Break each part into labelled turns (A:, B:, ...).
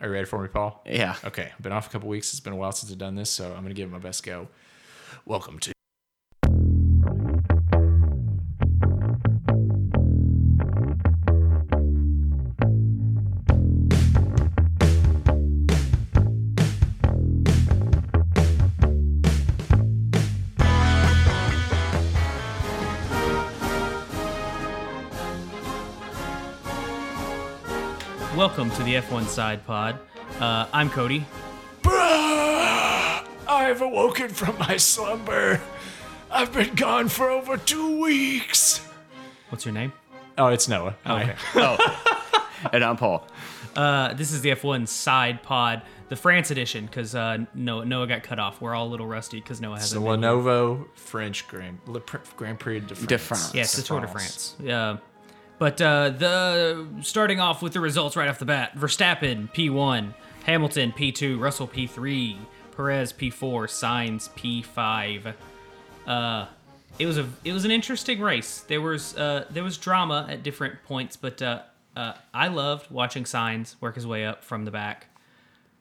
A: Are you ready for me, Paul?
B: Yeah.
A: Okay, I've been off a couple weeks. It's been a while since I've done this, so I'm gonna give it my best go. Welcome to.
C: Welcome to the F1 Side Pod. Uh, I'm Cody.
A: Bruh! I've awoken from my slumber. I've been gone for over two weeks.
C: What's your name?
A: Oh, it's Noah. Hi.
B: And I'm Paul.
C: Uh, this is the F1 Side Pod, the France edition, because uh, Noah, Noah got cut off. We're all a little rusty because Noah
A: It's the
C: hasn't. been-
A: Lenovo French Grand Le, Pr- Grand Prix de France.
B: France.
C: yes, the Tour de France. Yeah. But uh, the starting off with the results right off the bat: Verstappen P1, Hamilton P2, Russell P3, Perez P4, Signs P5. Uh, it was a it was an interesting race. There was uh, there was drama at different points, but uh, uh, I loved watching Signs work his way up from the back,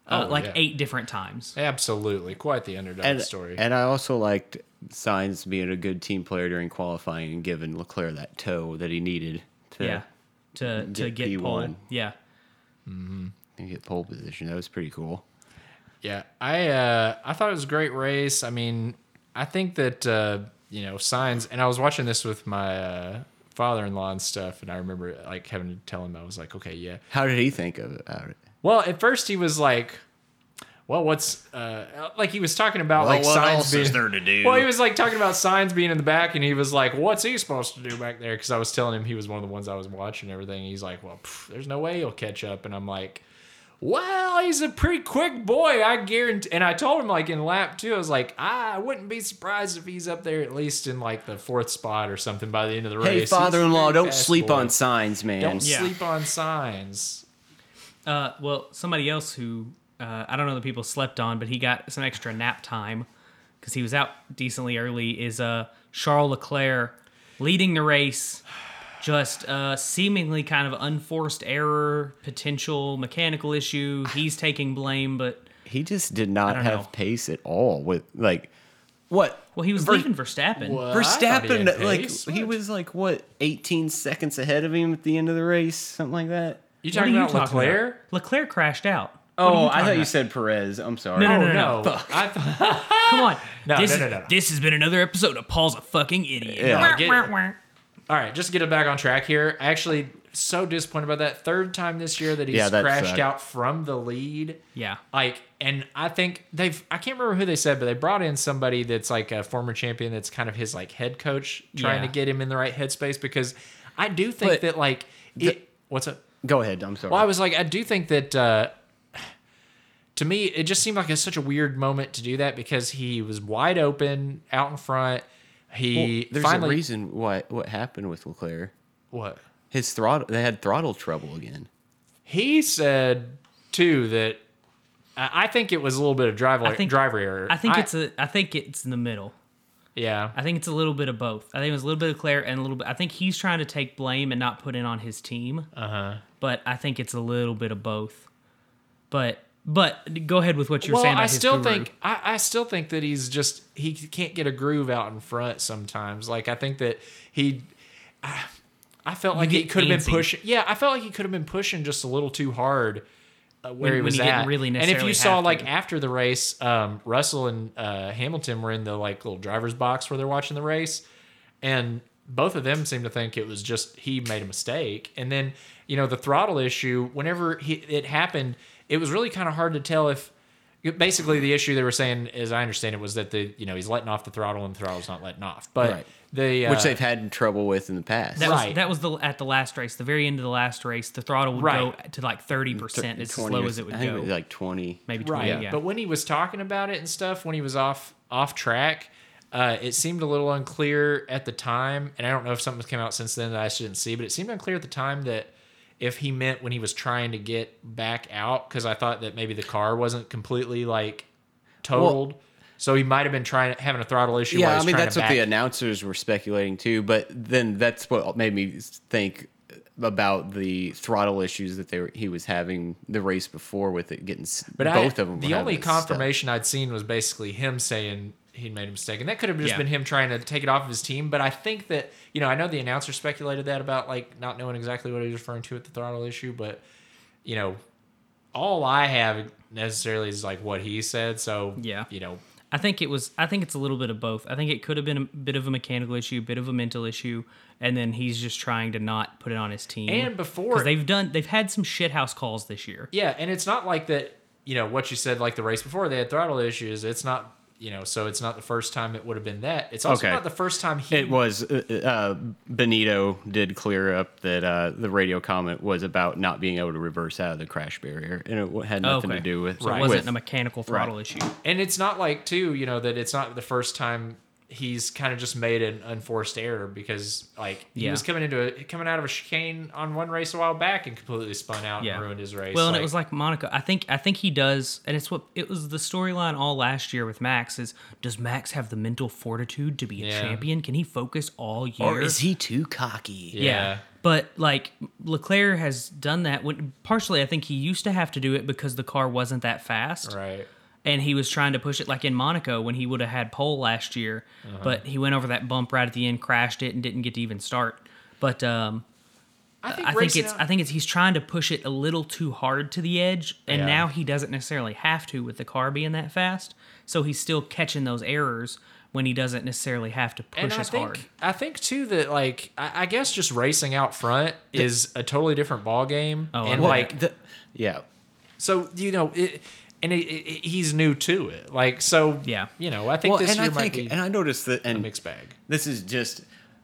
C: uh,
A: Oh,
C: like
A: yeah.
C: eight different times.
A: Absolutely, quite the underdog
B: And,
A: story.
B: and I also liked Signs being a good team player during qualifying and giving Leclerc that toe that he needed to
C: Yeah, to to
B: Get
C: get, pole.
B: P1.
C: Yeah,
B: to get pole position. That was pretty cool.
A: Yeah, I uh, I thought it was a great race. I mean, I think that uh, you know signs, and I was watching this with my uh, father-in-law and stuff, and I remember like having to tell him I was like, okay, yeah.
B: How did he think of about it?
A: Well, at first he was like, well, what's uh, like he was talking about like signs being
B: to do?
A: well, he was like talking about signs being in the back, and he was like, "What's he supposed to do back there?" Because I was telling him he was one of the ones I was watching and everything. He's like, "Well, pff, there's no way he'll catch up," and I'm like, "Well, he's a pretty quick boy, I guarantee." And I told him like in lap two, I was like, "I wouldn't be surprised if he's up there at least in like the fourth spot or something by the end of the race."
B: hey,
A: He's a
B: father-in-law,
A: pretty
B: don't
A: fast
B: sleep
A: boy.
B: on Signs, man.
A: don't
C: Yeah.
A: sleep on signs.
C: Uh, well, somebody else who uh, I don't know the people slept on, but he got some extra nap time because he was out decently early. Is uh, Charles Leclerc leading the race? Just uh, seemingly kind of unforced error, potential mechanical issue. He's taking blame, but
B: He just did not
C: don't
B: have
C: know.
B: pace at all. With like, what
C: well, he was
B: Ver-
C: leaving Verstappen.
A: What? Well, I thought he had
B: Verstappen? like
A: pace.
B: he
A: What?
B: was like what 18 seconds ahead of him at the end of the race, something like that.
A: You
C: What are
A: talking
C: you
A: about Leclerc?
C: about? Leclerc crashed out.
B: Oh, I thought you said Perez. I'm sorry.
C: No, no,
A: Oh
C: no,
A: no! I thought
C: Come on,
A: No,
C: this
A: no,
C: is-
A: no, no, no.
C: This has been another episode of Paul's a fucking idiot.
B: Yeah.
A: Get- All right, just to get it back on track here. Actually, so disappointed about that third time this year that he's
B: Yeah, that
A: crashed
B: sucked.
A: out from the lead.
C: Yeah.
A: Like, and I think they've, I can't remember who they said, but they brought in somebody that's like a former champion that's kind of his like head coach trying
C: Yeah.
A: to get him in the right headspace because I do think
B: But
A: that like, it, what's up?
B: Go ahead. I'm sorry.
A: Well, I was like, I do think that uh, to me, it just seemed like it's such a weird moment to do that because he was wide open out in front.
B: Well,
A: He
B: there's
A: finally,
B: a reason why what happened with Leclerc.
A: what?
B: His throttle. They had throttle trouble again.
A: He said too that I I think it was a little bit of driver
C: I think-
A: driver error.
C: I think it's a. I think it's in the middle.
A: yeah.
C: I think it's a little bit of both. I think it was a little bit of Claire and a little bit. I think he's trying to take blame and not put it on his team. Uh huh. But I think it's a little bit of both. But but go ahead with what you were
A: well,
C: saying. About
A: I
C: his
A: still
C: guru.
A: think I, I still think that he's just he can't get a groove out in front sometimes. Like I think that he. I, I felt like he
C: get
A: could have
C: antsy.
A: been pushing. Yeah, I felt like he could have been pushing just a little too hard uh, where
C: When-
A: he
C: when
A: was
C: he
A: at.
C: didn't really
A: and if
C: necessarily
A: you saw
C: have
A: like
C: to.
A: after the race, um, Russell and uh, Hamilton were in the like little driver's box where they're watching the race, and both of them seemed to think it was just he made a mistake. And then you know the throttle issue. Whenever he, it happened, it was really kind of hard to tell if basically the issue they were saying as i understand it was that the you know he's letting off the throttle and the throttle's not letting off but
B: Right.
A: they uh,
B: which they've had trouble with in the past.
C: that
A: right.
C: was that was the at the last race, the very end of the last race, the throttle would go
A: Right.
C: to like thirty percent. It's as
B: 20
C: low
B: or-
C: as it would
B: I think
C: go.
B: was like 20.
C: Maybe twenty.
A: right
C: Yeah.
A: but when he was talking about it and stuff when he was off off track uh, it seemed a little unclear at the time and i don't know if something's come out since then that i shouldn't see but it seemed unclear at the time that if he meant when he was trying to get back out because i thought that maybe the car wasn't completely like totaled so he might have been trying having a throttle issue while
B: Yeah,
A: he's
B: I mean
A: trying
B: that's
A: to
B: what
A: back
B: the announcers were speculating too, but then that's what made me think about the throttle issues that they were, he was having the race before with it getting s
A: But I-
B: both of them. were
A: The
B: having
A: only
B: this stuff.
A: confirmation I'd seen was basically him saying he made a mistake, and that could have just
C: Yeah.
A: been him trying to take it off of his team. But I think that you know, I know the announcer speculated that about like not knowing exactly what he was referring to at the throttle issue, but you know, all I have necessarily is like what he said. So
C: Yeah.
A: you know,
C: I think it was. I think it's a little bit of both. I think it could have been a bit of a mechanical issue, bit of a mental issue, and then he's just trying to not put it on his team.
A: And before-
C: 'Cause they've done, they've had some shithouse calls this year.
A: yeah, and it's not like that. You know what you said, like the race before they had throttle issues. It's not. You know, so it's not the first time it would have been that. It's also
B: Okay.
A: not the first time he
B: It was uh, uh, Benito did clear up that uh, the radio comment was about not being able to reverse out of the crash barrier, and it had nothing
C: Okay.
B: to do with
C: So
A: Right.
C: it wasn't
B: with-
C: a mechanical throttle issue.
A: and it's not like too you know that it's not the first time he's kind of just made an unforced error because like he
C: Yeah.
A: was coming into a coming out of a chicane on one race a while back and completely spun out
C: Yeah,
A: and ruined his race
C: Well, and it was like Monica. I think I think he does, and it's what it was the storyline all last year with Max is: Does Max have the mental fortitude to be a
A: Yeah.
C: champion? Can he focus all year?
B: or is he too cocky?
A: Yeah.
C: Yeah. But like Leclerc has done that when partially I think he used to have to do it because the car wasn't that fast
A: right
C: and he was trying to push it like in Monaco when he would have had pole last year,
B: Uh-huh.
C: but he went over that bump right at the end, crashed it and didn't get to even start. But um
A: i think,
C: I think
A: racing
C: it's
A: out-
C: I think it's he's trying to push it a little too hard to the edge and
A: Yeah.
C: now he doesn't necessarily have to with the car being that fast. So he's still catching those errors when he doesn't necessarily have to push
A: and I
C: as
A: think,
C: hard.
A: I think too that like I, I guess just racing out front is a totally different ball game.
C: Oh, I
A: and
C: know.
A: like
B: the, yeah.
A: so you know it, and it, it, he's new to it. Like so
C: Yeah.
A: you know I think
B: Well,
A: this
B: and
A: year
B: I
A: might
B: think,
A: be
B: and I noticed that,
A: a
B: and
A: mixed bag.
B: This is just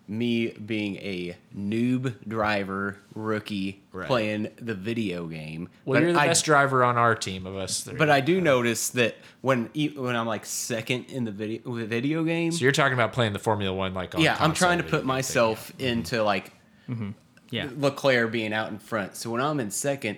B: me being a noob driver rookie
A: Right.
B: playing the video game.
A: Well, you're the
B: I,
A: best driver on our team of us three.
B: But I do notice that when e- when I'm like second in the video with video game,
A: So you're talking about playing the Formula One, like on
B: yeah, I'm
A: console
B: trying to
A: video
B: put
A: game
B: myself
A: Mm-hmm.
B: into like
C: Mm-hmm. Yeah.
B: Leclerc being out in front. So when I'm in second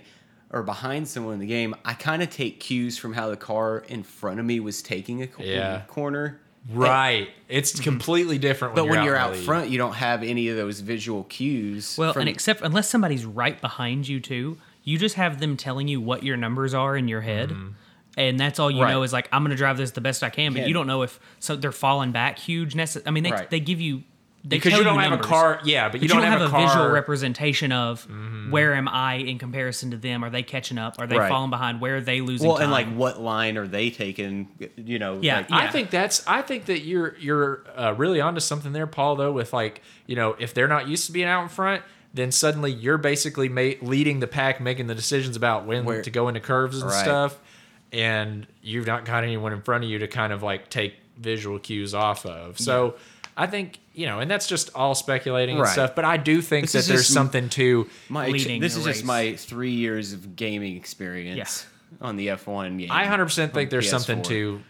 B: or behind someone in the game, I kind of take cues from how the car in front of me was taking a co-
A: Yeah.
B: corner.
A: thing. Right, it's completely different.
B: But
A: When
B: when
A: you're
B: you're
A: in
B: out
A: the lead.
B: front, you don't have any of those visual cues.
C: Well,
B: from-
C: and except unless somebody's right behind you too, you just have them telling you what your numbers are in your head.
A: Mm-hmm.
C: And that's all you
B: Right.
C: know is like I'm gonna drive this the best I can, but
B: Yeah.
C: you don't know if so they're falling back huge. Necess- I mean, they,
B: Right.
C: they give you they
A: because
C: tell
A: you don't have
C: numbers,
A: a car. Yeah, but,
C: but you don't, have, a,
A: car.
C: visual representation of where am I in comparison to them? Are they catching up? Are they
B: Right.
C: falling behind? Where are they losing?
B: well,
C: time?
B: and like what line are they taking? You know,
C: Yeah,
B: like,
A: I
C: yeah.
A: think that's. I think that you're you're uh, really onto something there, Paul. Though with like you know, if they're not used to being out in front, then suddenly you're basically ma- leading the pack, making the decisions about when
B: Where-
A: to go into curves and
B: Right.
A: stuff, and you've not got anyone in front of you to kind of like take visual cues off of. So I think you know, and that's just all speculating and
B: Right.
A: stuff. But I do think
B: This is
A: that there's
B: just-
A: something to
B: my
C: leading
B: this
C: the
B: is
C: race.
B: just my three years of gaming experience on the F1 game.
A: I hundred percent think there's something
B: PS4.
A: to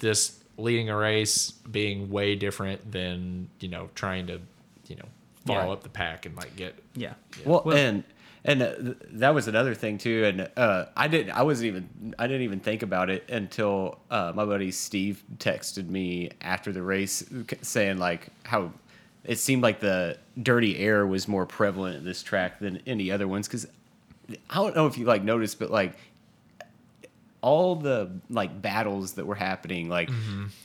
A: this leading a race being way different than you know trying to you know follow
C: Yeah.
A: up the pack and like get
C: yeah,
B: well, and and uh, th- that was another thing too. And uh, I didn't, I wasn't even, I didn't even think about it until uh, my buddy Steve texted me after the race c- saying like how it seemed like the dirty air was more prevalent at this track than any other ones because I don't know if you like noticed, but like all the like battles that were happening, like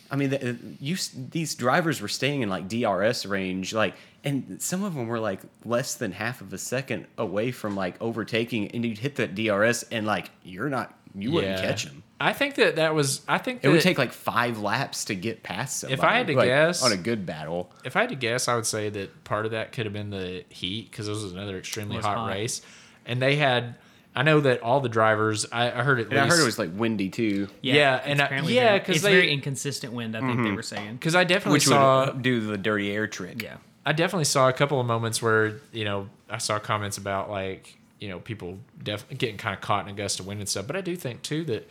B: I mean, the, uh, you s- these drivers were staying in like DRS range, like, and some of them were like less than half of a second away from like overtaking, and you'd hit that DRS, and like you're not, you wouldn't
A: Yeah.
B: catch them.
A: I think that that was I think
B: It
A: that
B: would take like five laps to get past somebody.
A: I had to
B: like,
A: guess-
B: on a good battle,
A: if I had to guess, I would say that part of that could have been the heat because this was another extremely
C: was
A: hot,
C: hot.
A: race, and they had. I know that all the drivers. I, I heard at
B: and I
A: least.
B: heard it was like windy too,
A: yeah, and I-
C: apparently
A: yeah,
C: very-
A: 'cause
C: it's
A: they-
C: very inconsistent wind. I think they were saying.
A: because I definitely
B: which
A: saw
B: would do the dirty air trick.
C: Yeah,
A: I definitely saw a couple of moments where you know I saw comments about like you know people def- getting kind of caught in a gust of wind and stuff. But I do think too that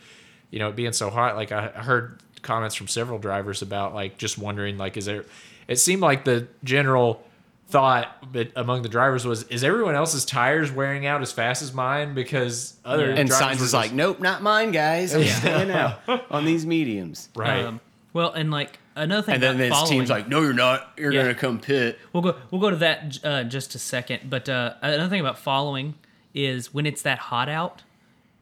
A: you know it being so hot, like I I heard comments from several drivers about like just wondering like is there? It seemed like the general thought but among the drivers was is everyone else's tires wearing out as fast as mine because other
C: Yeah.
B: And
A: drivers
B: signs
A: were
B: is
A: just-
B: like, nope, not mine, guys. I'm staying out on these mediums.
A: right
C: Um, Well, and like another thing,
B: And then
C: about
B: his
C: following-
B: team's like, "No, you're not. You're
C: Yeah.
B: gonna come pit."
C: We'll go. We'll go to that j- uh, just a second. But uh, another thing about following is when it's that hot out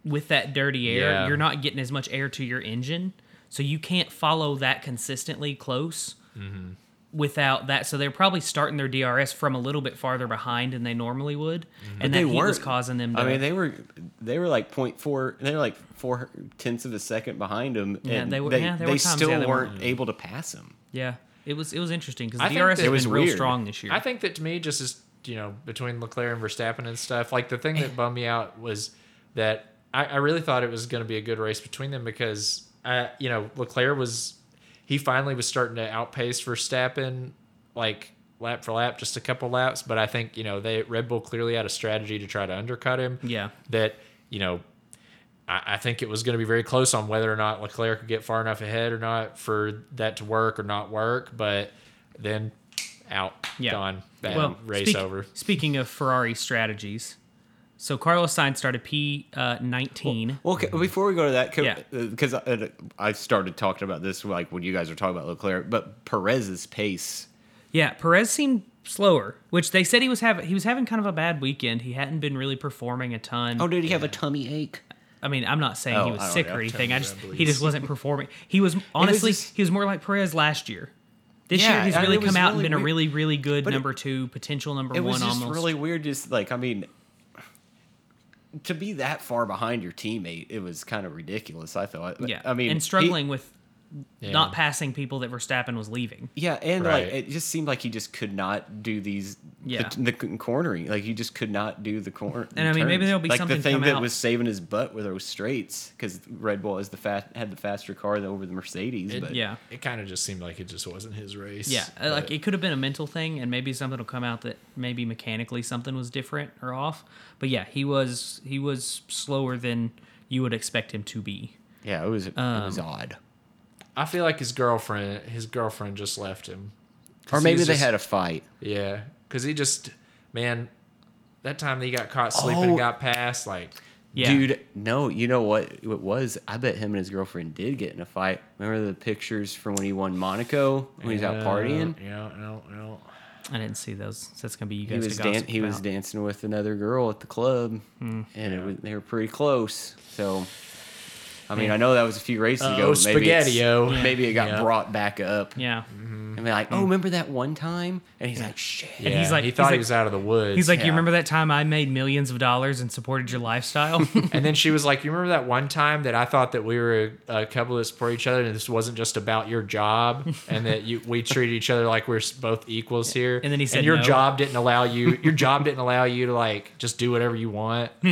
C: with that dirty air,
A: Yeah.
C: you're not getting as much air to your engine, so you can't follow that consistently close
A: Mm-hmm.
C: without that. So they're probably starting their DRS from a little bit farther behind than they normally would,
A: Mm-hmm.
C: and that
B: they
C: heat was
B: weren't.
C: causing them. To,
B: I mean, they were they were like point four. They were like four tenths of a second behind him,
C: Yeah,
B: and
C: they
B: they
C: were-
B: they,
C: yeah, there were times,
B: still
C: yeah, they were-
B: weren't able to pass him.
C: yeah, it was it was interesting because
A: I
C: the
A: think
C: DRS
A: that-
C: has
A: It
B: was
C: been real
B: weird.
C: strong this year.
A: I think that to me, just as you know, between Leclerc and Verstappen and stuff, like the thing that bummed me out was that I, I really thought it was going to be a good race between them because, uh, you know, Leclerc was he finally was starting to outpace Verstappen, like lap for lap, just a couple laps. But I think you know they Red Bull clearly had a strategy to try to undercut him.
C: Yeah.
A: that you know. I I think it was going to be very close on whether or not Leclerc could get far enough ahead or not for that to work or not work. But then out,
C: Yeah.
A: gone, bad, race
C: speak-
A: over.
C: Speaking of Ferrari strategies, so Carlos Sainz started P uh, nineteen.
B: Well, ca- before we go to that,
C: Yeah.
B: because I, I started talking about this like when you guys were talking about Leclerc, but Perez's pace.
C: Yeah, Perez seemed slower, which they said he was having. He was having kind of a bad weekend. He hadn't been really performing a ton.
B: Oh, did he have a tummy ache?
C: I mean, I'm not saying he
B: Oh, I
C: was
B: don't
C: sick
B: know.
C: or anything. I just
A: Terrible,
C: he just wasn't performing. He was honestly
B: just-
C: he was more like Perez last year. This
B: Yeah,
C: year he's
B: I mean,
C: really
B: it was
C: come out and
B: really
C: been a
B: weird.
C: really really good
B: But it-
C: number two, potential number
B: It
C: one
B: was just
C: almost.
B: really weird. Just like I mean, to be that far behind your teammate, it was kind of ridiculous. I thought.
C: yeah,
B: I mean,
C: and
B: he-
C: struggling with
A: Yeah.
C: not passing people that Verstappen was leaving.
B: Yeah, and
A: Right.
B: like it just seemed like he just could not do these.
C: Yeah.
B: the, the cornering, like he just could not do the corner.
C: And I mean, maybe there'll be
B: like
C: something
B: the thing
C: come
B: that
C: out.
B: was saving his butt were those straights because Red Bull is the fast had the faster car over the Mercedes.
A: It-
B: but
C: Yeah.
A: It kind of just seemed like it just wasn't his race.
C: Yeah, uh, like
A: But-
C: it could have been a mental thing, and maybe something will come out that maybe mechanically something was different or off. But yeah, he was he was slower than you would expect him to be.
B: yeah, it was it
C: Um,
B: was odd.
A: I feel like his girlfriend, his girlfriend just left him.
B: Or
A: 'Cause
B: maybe
A: he's
B: they
A: just-
B: had a fight.
A: yeah, because he just, man, that time that he got caught sleeping
B: Oh.
A: and got passed, like,
C: Yeah,
B: Dude, no, you know what it was? I bet him and his girlfriend did get in a fight. Remember the pictures from when he won Monaco when he's out
A: yeah,
B: partying?
A: Yeah, no, no.
C: I didn't see those. So that's gonna be you
B: He
C: guys.
B: was
C: to
B: dan-
C: gossip
B: he was
C: about. Hmm.
B: dancing with another girl at the club, and it was, they were pretty close. So, I mean, I know that was a few races ago.
A: Uh-oh,
B: but Maybe it's-
A: spaghetti-o. Yeah.
B: Maybe it got
A: Yeah.
B: brought back up.
C: Oh, Yeah, Hmm.
B: And they're like, oh, remember that one time? And he's like, shit.
A: Yeah,
C: he's like-
A: he
C: he's
A: thought
C: like-
A: he was out of the woods.
C: he's like, you
B: Yeah.
C: remember that time I made millions of dollars and supported your lifestyle?
A: And then she was like, "You remember that one time that I thought that we were a, a couple that's for each other, and this wasn't just about your job, and that you we treated each other like we're s- both equals here."
C: And then he said
A: "Your
C: no.
A: job didn't allow you. Your job didn't allow you to like just do whatever you want."
C: Hmm.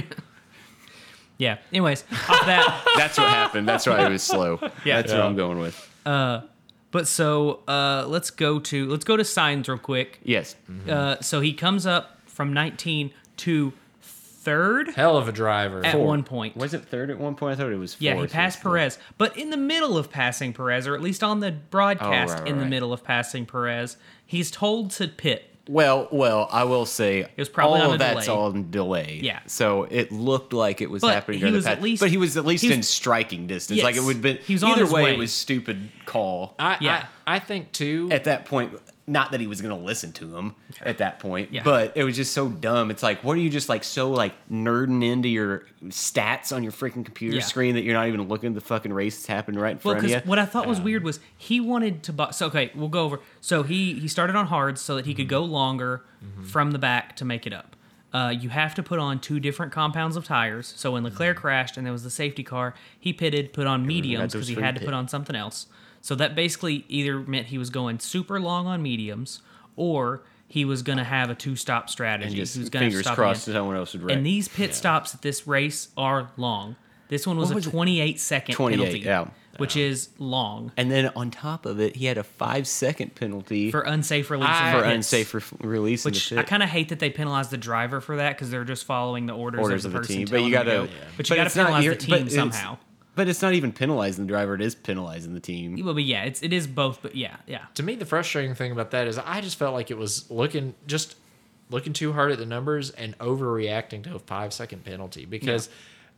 C: yeah. Anyways, off that.
B: That's what happened. That's why he was slow.
C: Yeah.
B: That's what I'm going with.
C: But so uh, let's go to let's go to signs real quick.
B: Yes.
C: Uh, so he comes up from 19 to third
A: Hell of a driver.
C: at one point.
B: Was it third at one point? I thought it was fourth.
C: Yeah, he passed Perez, but in the middle of passing Perez, or at least on the broadcast,
B: Oh, right, right,
C: in the
B: right.
C: middle of passing Perez, he's told to pit.
B: Well, well, I will say it
C: was probably
B: all
C: on a
B: of that's
C: delay.
B: on delay.
C: Yeah.
B: So it looked like it was
C: But
B: happening.
C: he
B: during the
C: was at
B: pass-
C: least-
B: but he was at least
C: he was-
B: in striking distance. Like it
C: Yes.
B: would have been.
C: He was on
B: either
C: his
B: way,
C: way.
B: It was stupid call.
A: I,
C: Yeah.
A: I I think too.
B: at that point, not that he was going to listen to him at that point,
C: Yeah.
B: but it was just so dumb. It's like, what are you just like so like nerding into your stats on your freaking computer
C: Yeah.
B: screen that you're not even looking at the fucking race that's happening right in
C: Well,
B: front of you?
C: because what I
B: Um,
C: thought was weird was he wanted to box. So, okay, we'll go over. So he he started on hard so that he
B: Mm-hmm.
C: could go longer from the back to make it up. Uh, you have to put on two different compounds of tires. So when Leclerc crashed and there was the safety car, he pitted, put on mediums
B: Mm-hmm. those
C: because he
B: three
C: had to
B: pit.
C: put on something else. So that basically either meant he was going super long on mediums or he was going to have a two stop strategy.
B: and
C: he was
B: just
C: gonna
B: fingers
C: stop
B: crossed
C: again.
B: that someone else would wreck.
C: And these pit stops at this race are long. This one was
B: What was
C: a
B: it?
C: 28 second
B: 28,
C: penalty,
B: yeah.
C: which is long
B: And then on top of it, he had a five second penalty
C: for
B: for,
C: unsafe release
A: I-
C: of
A: for
C: pits,
B: unsafe re- release in the
C: Which I
B: pit.
C: kind of hate that they penalize the driver for that because they're just following the orders,
B: Orders
C: of
B: of
C: the
B: the
C: person.
B: team, but
C: telling
B: you
C: them to
B: gotta-
C: go.
B: Yeah.
C: but you
B: But
C: got to
B: it's not
C: penalize
B: your-
C: the
B: but
C: team
B: it's-
C: somehow.
B: But it's not even penalizing the driver; it is penalizing the team.
C: Well, but yeah, it's it is both. But yeah, yeah,
A: to me the frustrating thing about that is i just felt like it was looking just looking too hard at the numbers and overreacting to a five second penalty because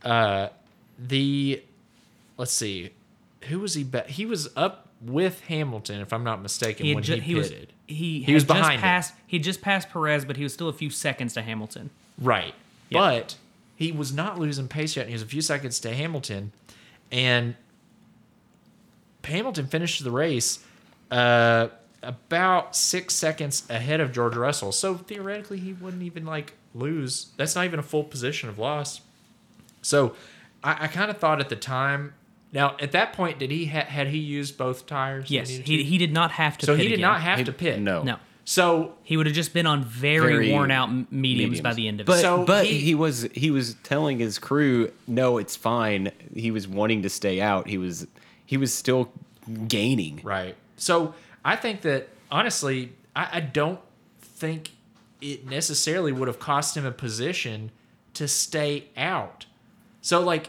A: uh the let's see who was he ba- he was up with Hamilton, if I'm not mistaken,
C: had
A: when
C: ju-
A: he,
C: was
A: pitted.
C: he,
A: He was
C: had just
A: behind him.
C: Passed, he just passed Perez, but he was still a few seconds to Hamilton.
A: Right. But he was not losing pace yet. And he was a few seconds to Hamilton. And Hamilton finished the race uh, about six seconds ahead of George Russell. So theoretically, he wouldn't even like lose. That's not even a full position of loss. So I, I kind of thought at the time. Now at that point, did he ha- had he used both tires?
C: Yes,
A: needed
C: he,
A: to?
C: he did not have to.
A: so
C: pit
A: he did
C: again.
A: not have
B: He-
A: to pit.
B: No.
C: No,
A: So
C: he would have just been on very,
B: Very
C: worn out m- mediums, by
B: mediums.
C: the end of
B: But
C: it.
A: So
B: but
A: he-
B: he, was he was telling his crew, no, it's fine. He was wanting to stay out. He was he was still gaining.
A: Right. So I think that honestly, I, I don't think it necessarily would have cost him a position to stay out. So like,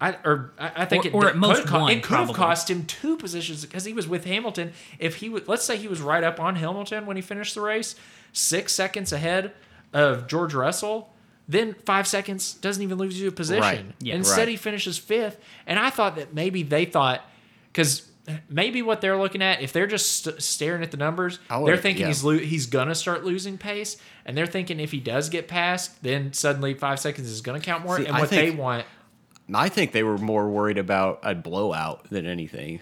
A: I or I I think
C: Or-
A: it
C: or at
A: could
C: most
A: have co-
C: one,
A: it could
C: probably.
A: have cost him two positions because he was with Hamilton. If he would, let's say he was right up on Hamilton when he finished the race, six seconds ahead of George Russell. Then five seconds doesn't even lose you a position.
B: Right.
C: Yeah.
A: Instead,
B: Right.
A: he finishes fifth. And I thought that maybe they thought, because maybe what they're looking at, if they're just st- staring at the numbers,
B: I would-
A: they're thinking
B: yeah.
A: he's lo- he's gonna start losing pace, and they're thinking if he does get past, then suddenly five seconds is gonna count more.
B: See,
A: and
B: I
A: what they
B: think-
A: want,
B: I think they were more worried about a blowout than anything.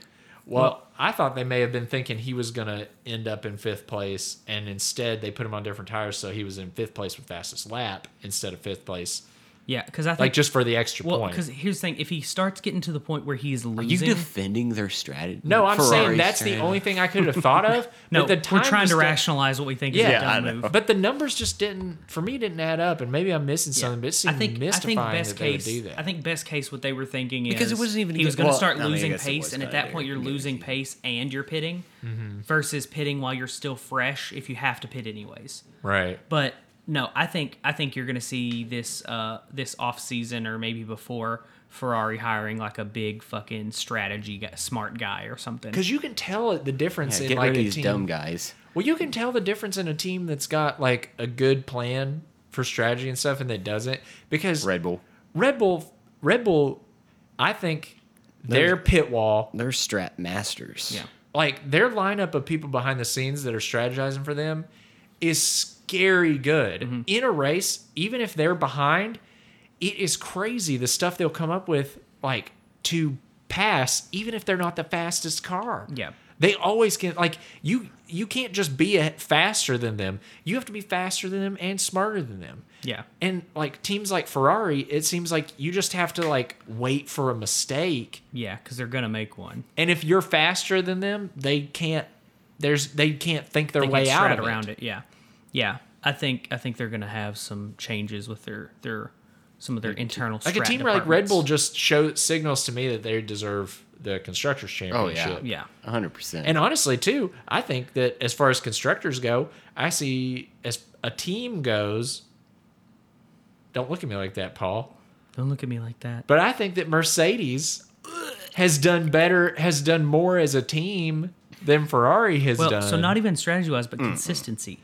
A: well, I thought they may have been thinking he was gonna end up in fifth place, and instead they put him on different tires, so he was in fifth place with fastest lap instead of fifth place,
C: yeah, because I think
A: like just for the extra
C: well,
A: point.
C: because here's the thing: if he starts getting to the point where he's
B: Are you
C: losing,
B: defending their strategy?
A: No, I'm saying that's the only thing I could have thought of.
C: no,
A: but the
C: we're
A: time
C: trying
A: just
C: to
A: don't-
C: rationalize what we think
A: Yeah,
C: is a
B: I
C: dumb
B: know.
C: move.
A: But the numbers just didn't for me didn't add up, and maybe I'm missing something. But it seemed
C: I think I
A: mystifying
C: think best
A: that they
C: case.
A: would do that.
C: I think best case what they were thinking is
B: Because it wasn't even
C: he was
B: good-
C: going to
B: well,
C: start
B: I mean, I
C: losing
B: guess it
C: pace,
B: was
C: and at
B: kinda
C: that point you're
B: good.
C: losing pace and you're pitting
B: Mm-hmm.
C: versus pitting while you're still fresh if you have to pit anyways.
A: right.
C: But no, I think I think you're going to see this uh this off season or maybe before Ferrari hiring like a big fucking strategy guy, smart guy or something.
A: Because you can tell it- the difference
B: Yeah,
A: in
B: get
A: like
B: rid of
A: a
B: these
A: team.
B: dumb guys.
A: Well, you can tell the difference in a team that's got like a good plan for strategy and stuff, and that doesn't. Because
B: Red Bull.
A: Red Bull, Red Bull, I think their pit wall,
B: They're strat masters.
C: Yeah.
A: like their lineup of people behind the scenes that are strategizing for them, is scary good
C: Mm-hmm.
A: in a race. Even if they're behind, it is crazy the stuff they'll come up with, like to pass, even if they're not the fastest car.
C: Yeah.
A: They always can like you you can't just be a, faster than them. You have to be faster than them and smarter than them.
C: Yeah.
A: And like teams like Ferrari, it seems like you just have to like wait for a mistake.
C: Yeah, because they're going to make one.
A: And if you're faster than them, they can't there's they can't think their
C: they
A: way
C: can
A: out
C: strat
A: of
C: around
A: it.
C: it. Yeah, yeah. I think I think they're gonna have some changes with their their some of their internal
A: Like a
C: strat
A: team like Red
C: departments.
A: Bull just show signals to me that they deserve the constructors
B: Oh, yeah.
A: championship.
C: Yeah,
B: 100%.
A: And honestly, too, I think that as far as constructors go, I see as a team goes. Don't look at me like that, Paul.
C: don't look at me like that.
A: But I think that Mercedes has done better, has done more as a team than Ferrari has
C: Well,
A: done.
C: so not even strategy wise, but consistency.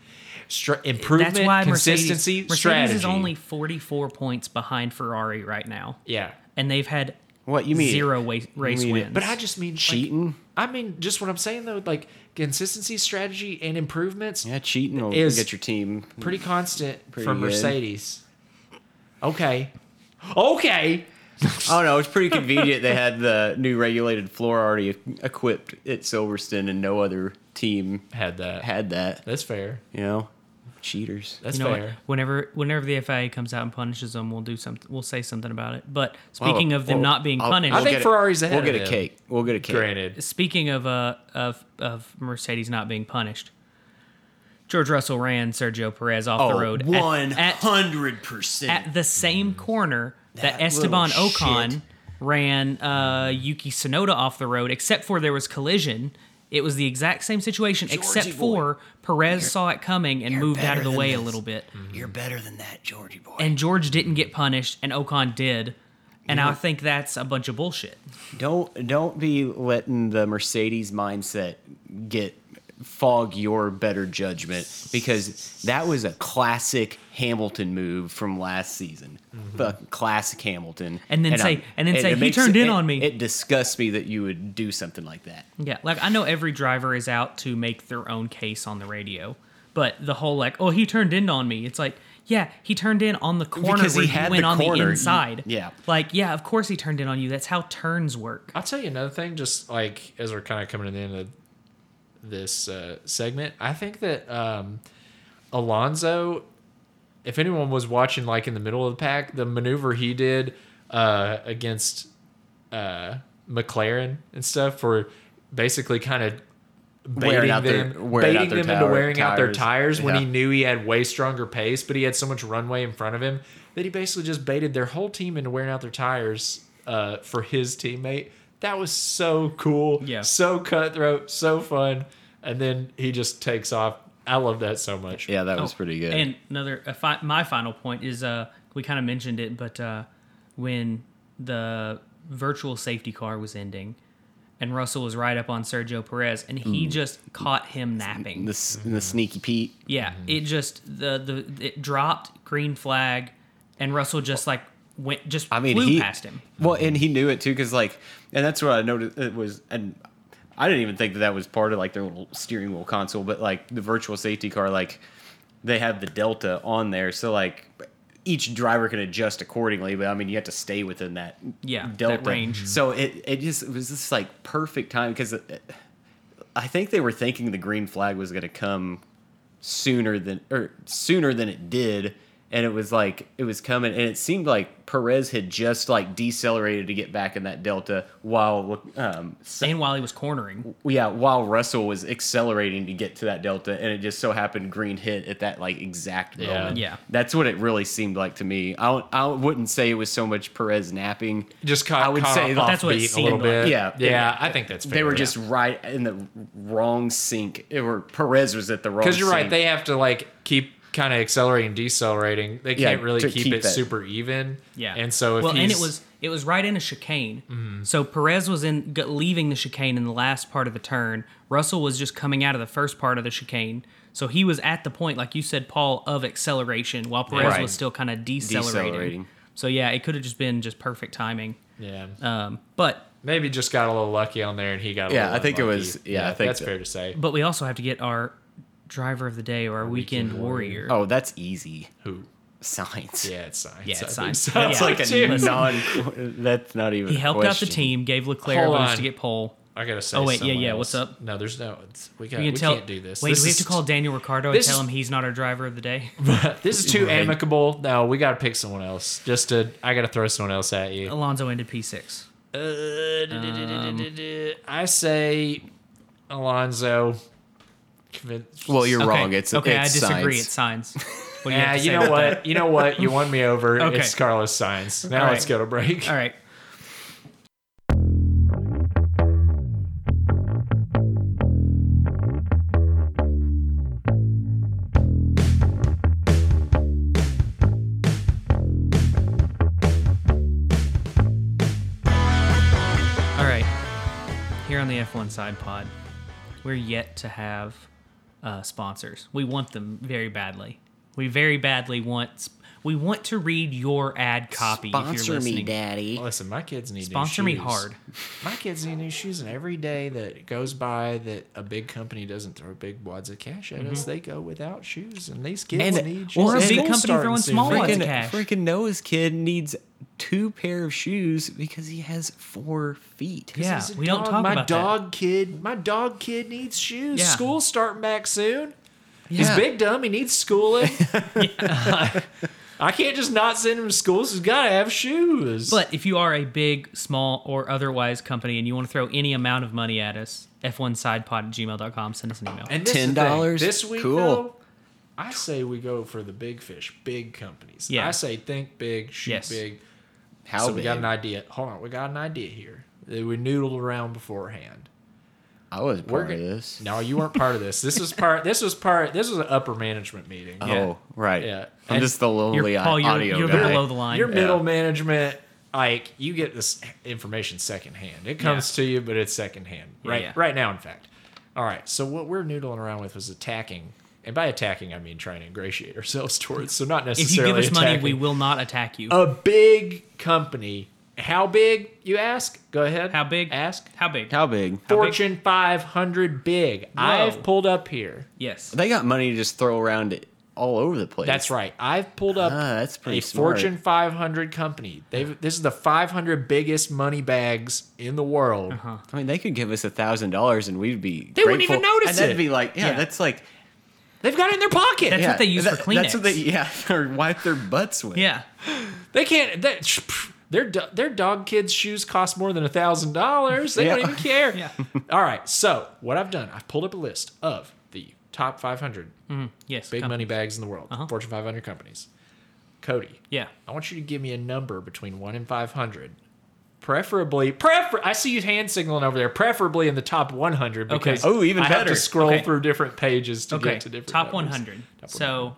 A: Stra- improvement,
C: That's why
A: consistency,
C: Mercedes,
A: strategy.
C: Mercedes is only forty four points behind Ferrari right now,
A: yeah.
C: and they've had
B: what you mean?
C: zero wa- race
B: mean it-
C: wins.
A: But I just mean like,
B: Cheating?
A: I mean, just what I'm saying though, like consistency, strategy, and improvements.
B: Yeah, cheating will
A: Is-
B: get your team.
A: pretty constant
B: Pretty
A: for
B: good.
A: Mercedes. Okay. Okay.
B: Oh no, it's pretty convenient they had the new regulated floor already equipped at Silverstone, and no other team
A: Had that.
B: had that.
A: That's fair.
B: You know, cheaters.
A: That's
C: you know,
A: fair.
C: what? whenever whenever the FIA comes out and punishes them, we'll do something. We'll say something about it. But speaking of them
B: Well,
C: not being
B: I'll-
C: punished,
A: I think
B: get a-
A: Ferrari's ahead
B: We'll get
A: of
B: a
A: them.
B: cake. We'll get a cake.
A: Granted.
C: Speaking of uh of of Mercedes not being punished, George Russell ran Sergio Perez off the road at-
B: Oh, one
C: at,
B: hundred percent.
C: at the same corner that,
B: That
C: Esteban
B: little
C: Ocon
B: shit.
C: ran uh, Yuki Tsunoda off the road, except for there was collision. It was the exact same situation, except
B: boy.
C: for Perez saw it coming and moved out
B: better
C: of the
B: than
C: way a
B: this.
C: little bit.
B: You're better than that, Georgie boy.
C: And George didn't get punished, and Ocon did. And I think that's a bunch of bullshit.
B: don't don't be letting the Mercedes mindset get fog your better judgment because that was a classic Hamilton move from last season. Fucking classic Hamilton.
C: Mm-hmm. And then say-
B: I'm-
C: and then say,
B: it
C: "He turned in
B: it-
C: on me."
B: It disgusts me that you would do something like that.
C: Yeah, like I know every driver is out to make their own case on the radio, but the whole like, oh, he turned in on me. It's like, yeah, he turned in on the corner
B: Because he
C: where
B: had
C: you went
B: the
C: on
B: corner.
C: the inside.
B: Yeah.
C: like yeah, of course he turned in on you. That's how turns work.
A: I'll tell you another thing, just like as we're kind of coming to the end of this uh, segment, I think that um, Alonso, if anyone was watching like in the middle of the pack, the maneuver he did uh, against uh, McLaren and stuff for basically kind of
B: Wearing
A: baiting
B: out their-
A: them,
B: wearing out
A: baiting
B: their
A: them into
B: tower-
A: wearing out their
B: tires.
A: tires when he
B: Yeah.
A: knew he had way stronger pace, but he had so much runway in front of him that he basically just baited their whole team into wearing out their tires uh, for his teammate. That was so cool,
C: Yeah.
A: so cutthroat, so fun, and then he just takes off. I love that so much.
B: Yeah, that was pretty good.
C: And another, a fi- my final point is, uh, we kind of mentioned it, but uh, when the virtual safety car was ending, and Russell was right up on Sergio Perez, and he
B: Mm.
C: just caught him napping.
B: the, s- the sneaky Pete.
C: Yeah, it just the the it dropped green flag, and Russell just like went just
B: I mean,
C: flew
B: he
C: past him.
B: Well, and he knew it too, because like, and that's what I noticed it was, and I didn't even think that that was part of like their little steering wheel console, but like the virtual safety car, like they have the delta on there, so like each driver can adjust accordingly. But I mean, you have to stay within that
C: Yeah, that
B: delta
C: range.
B: So it it just it was this like perfect time because I think they were thinking the green flag was going to come sooner than or sooner than it did and it was like it was coming and it seemed like Perez had just like decelerated to get back in that delta while um s-
C: And while he was cornering,
B: yeah while Russell was accelerating to get to that delta and it just so happened green hit at that like exact
A: Yeah.
B: moment.
C: Yeah.
B: That's what it really seemed like to me. I don't- I wouldn't say it was so much Perez napping.
A: Just caught.
B: I would
A: caught
B: say
A: off
B: that-
C: That's what it
A: beat a little
C: seemed like.
A: bit.
B: Yeah.
A: yeah. I think that's fair.
B: They were
A: yeah.
B: just right in the wrong sync. It were Perez was at the wrong
A: Because you're right,
B: sync.
A: they have to like keep kind of accelerating, and decelerating. They
B: Yeah,
A: can't really
B: to
A: keep,
B: keep
A: it
B: that.
A: super even.
C: yeah.
A: and so if
C: well, and it
A: he's-
C: was it was right in a chicane.
B: Mm-hmm.
C: So Perez was in g- leaving the chicane in the last part of the turn. Russell was just coming out of the first part of the chicane. So he was at the point, like you said, Paul, of acceleration, while Perez
B: Right.
C: was still kind of decelerating.
B: Decelerating.
C: So yeah, it could have just been just perfect timing.
A: yeah,
C: Um, but
A: maybe just got a little lucky on there, and he got a
B: Yeah,
A: Little
B: I think it
A: unlucky.
B: was- yeah, I think
A: that's
B: so.
A: fair to say.
C: but we also have to get our driver of the day or our weekend, warrior.
B: Oh, that's easy.
A: Who?
B: Science.
A: Yeah, it's science.
C: Yeah, it's
A: I think
C: science.
A: so.
C: That's
B: It's like a
A: Dude,
B: non. That's not even.
C: He helped out the team, gave Leclerc
A: Hold
C: a boost
A: on.
C: to get pole.
A: I gotta say.
C: Oh, wait, yeah,
A: someone
C: yeah, what's
A: else.
C: up?
A: No, there's no. It's, we got.
C: You
A: We
C: can tell.
A: can't do this.
C: Wait,
A: This
C: do we have
A: is-
C: to call Daniel Ricardo and
A: this
C: tell
A: is-
C: him he's not our driver of the day?
A: This is too
B: Right.
A: amicable. No, we gotta pick someone else. Just to. I gotta throw someone else at you.
C: Alonso ended P6.
A: Uh, duh, duh, duh, duh, duh, duh, duh. I say Alonzo. Convin-
B: Well, you're
C: Okay.
B: wrong. It's
C: okay. I
B: it's
C: disagree.
B: science.
C: It's signs. What do you
A: Yeah,
C: have to
A: you
C: say
A: know
C: about
A: what? You know what? You won me over.
C: Okay.
A: It's Carlos Sainz. Now
C: All
A: let's
C: right.
A: go to break.
C: that? All right. All right. Here on the F1 side pod, we're yet to have uh, sponsors. We want them very badly. We very badly want. sp- We want to read your ad copy. if you're
B: Sponsor
C: listening.
B: me, daddy.
A: Listen, my kids need
C: Sponsor
A: new
C: me
A: shoes.
C: hard.
A: My kids need new shoes, and every day that goes by that a big company doesn't throw big wads of cash at us, they go without shoes, and these kids
B: And-
A: need shoes.
C: Mm-hmm. or a
A: And
C: big
A: school's
C: company
A: starting
C: throwing
A: soon.
C: small ones.
B: Freaking,
C: cash.
B: freaking nose kid needs two pair of shoes because he has four feet.
C: Yeah,
A: He's a
C: we don't
A: dog.
C: talk
A: my
C: about that.
A: dog kid. My dog kid needs shoes.
C: Yeah.
A: School's starting back soon. He's
B: Yeah.
A: big dumb. He needs schooling. I can't just not send him to school. So he's got to have shoes.
C: But if you are a big, small, or otherwise company and you want to throw any amount of money at us, f1sidepod at gmail.com, send us an email.
A: And this is the thing.
B: $10?
A: this week.
B: Cool.
A: Though, I say we go for the big fish, big companies.
C: Yeah.
A: I say think big, shoot
C: Yes.
A: big.
B: How
A: so we got
B: big?
A: an idea. Hold on, we got an idea here. that We noodled around beforehand.
B: I was
A: We're
B: part of
A: gonna-
B: this.
A: No, you weren't part of this. This was part. This was part. This was an upper management meeting.
B: Oh, right.
A: Yeah.
B: I'm
A: And
B: just the
C: You're,
B: lonely
C: Paul, you're,
B: audio
C: you're the
B: guy.
C: below the line.
A: Your middle management, like you get this information secondhand. It comes to you, but it's secondhand.
C: Yeah,
A: Right,
C: yeah.
A: right now, in fact. All right. So what we're noodling around with was attacking, and by attacking I mean trying to ingratiate ourselves towards. So not
C: If you
A: necessarily.
C: give us money,
A: attacking. Oh,
C: we will not attack you.
A: A big company. How big? You ask. Go ahead.
C: How big?
A: Ask.
C: How big?
B: How big?
C: big?
A: Fortune 500 big. I've pulled up here.
C: yes.
B: They got money to just throw around it all over the place.
A: That's right. I've pulled up
B: Ah, that's pretty
A: a
B: smart.
A: Fortune 500 company. They've this is the 500 biggest money bags in the world.
B: I mean, they could give us a thousand dollars and we'd be.
A: They wouldn't even
B: grateful.
A: notice
B: and that'd
A: it.
B: be like, yeah,
C: Yeah.
B: that's like
A: They've got it in their pocket.
C: That's
B: yeah,
C: what they use for
B: That's what
C: Kleenex.
B: they yeah, or wipe their butts with.
C: Yeah.
A: They can't. They, their do- their dog kids' shoes cost more than a thousand dollars. They don't
B: Yeah.
A: even care.
C: Yeah.
A: All right. So what I've done, I've pulled up a list of the top 500
C: Yes.
A: big
C: come.
A: money bags in the world, Fortune 500 companies. Cody,
C: Yeah.
A: I want you to give me a number between one and 500. Preferably, prefer. I see you hand signaling over there. Preferably in the top 100 because
B: Oh, even
A: I have
B: better.
A: to scroll
C: Okay.
A: through different pages to
C: Okay.
A: get to different
C: Top
A: numbers.
C: 100.
A: Top
C: So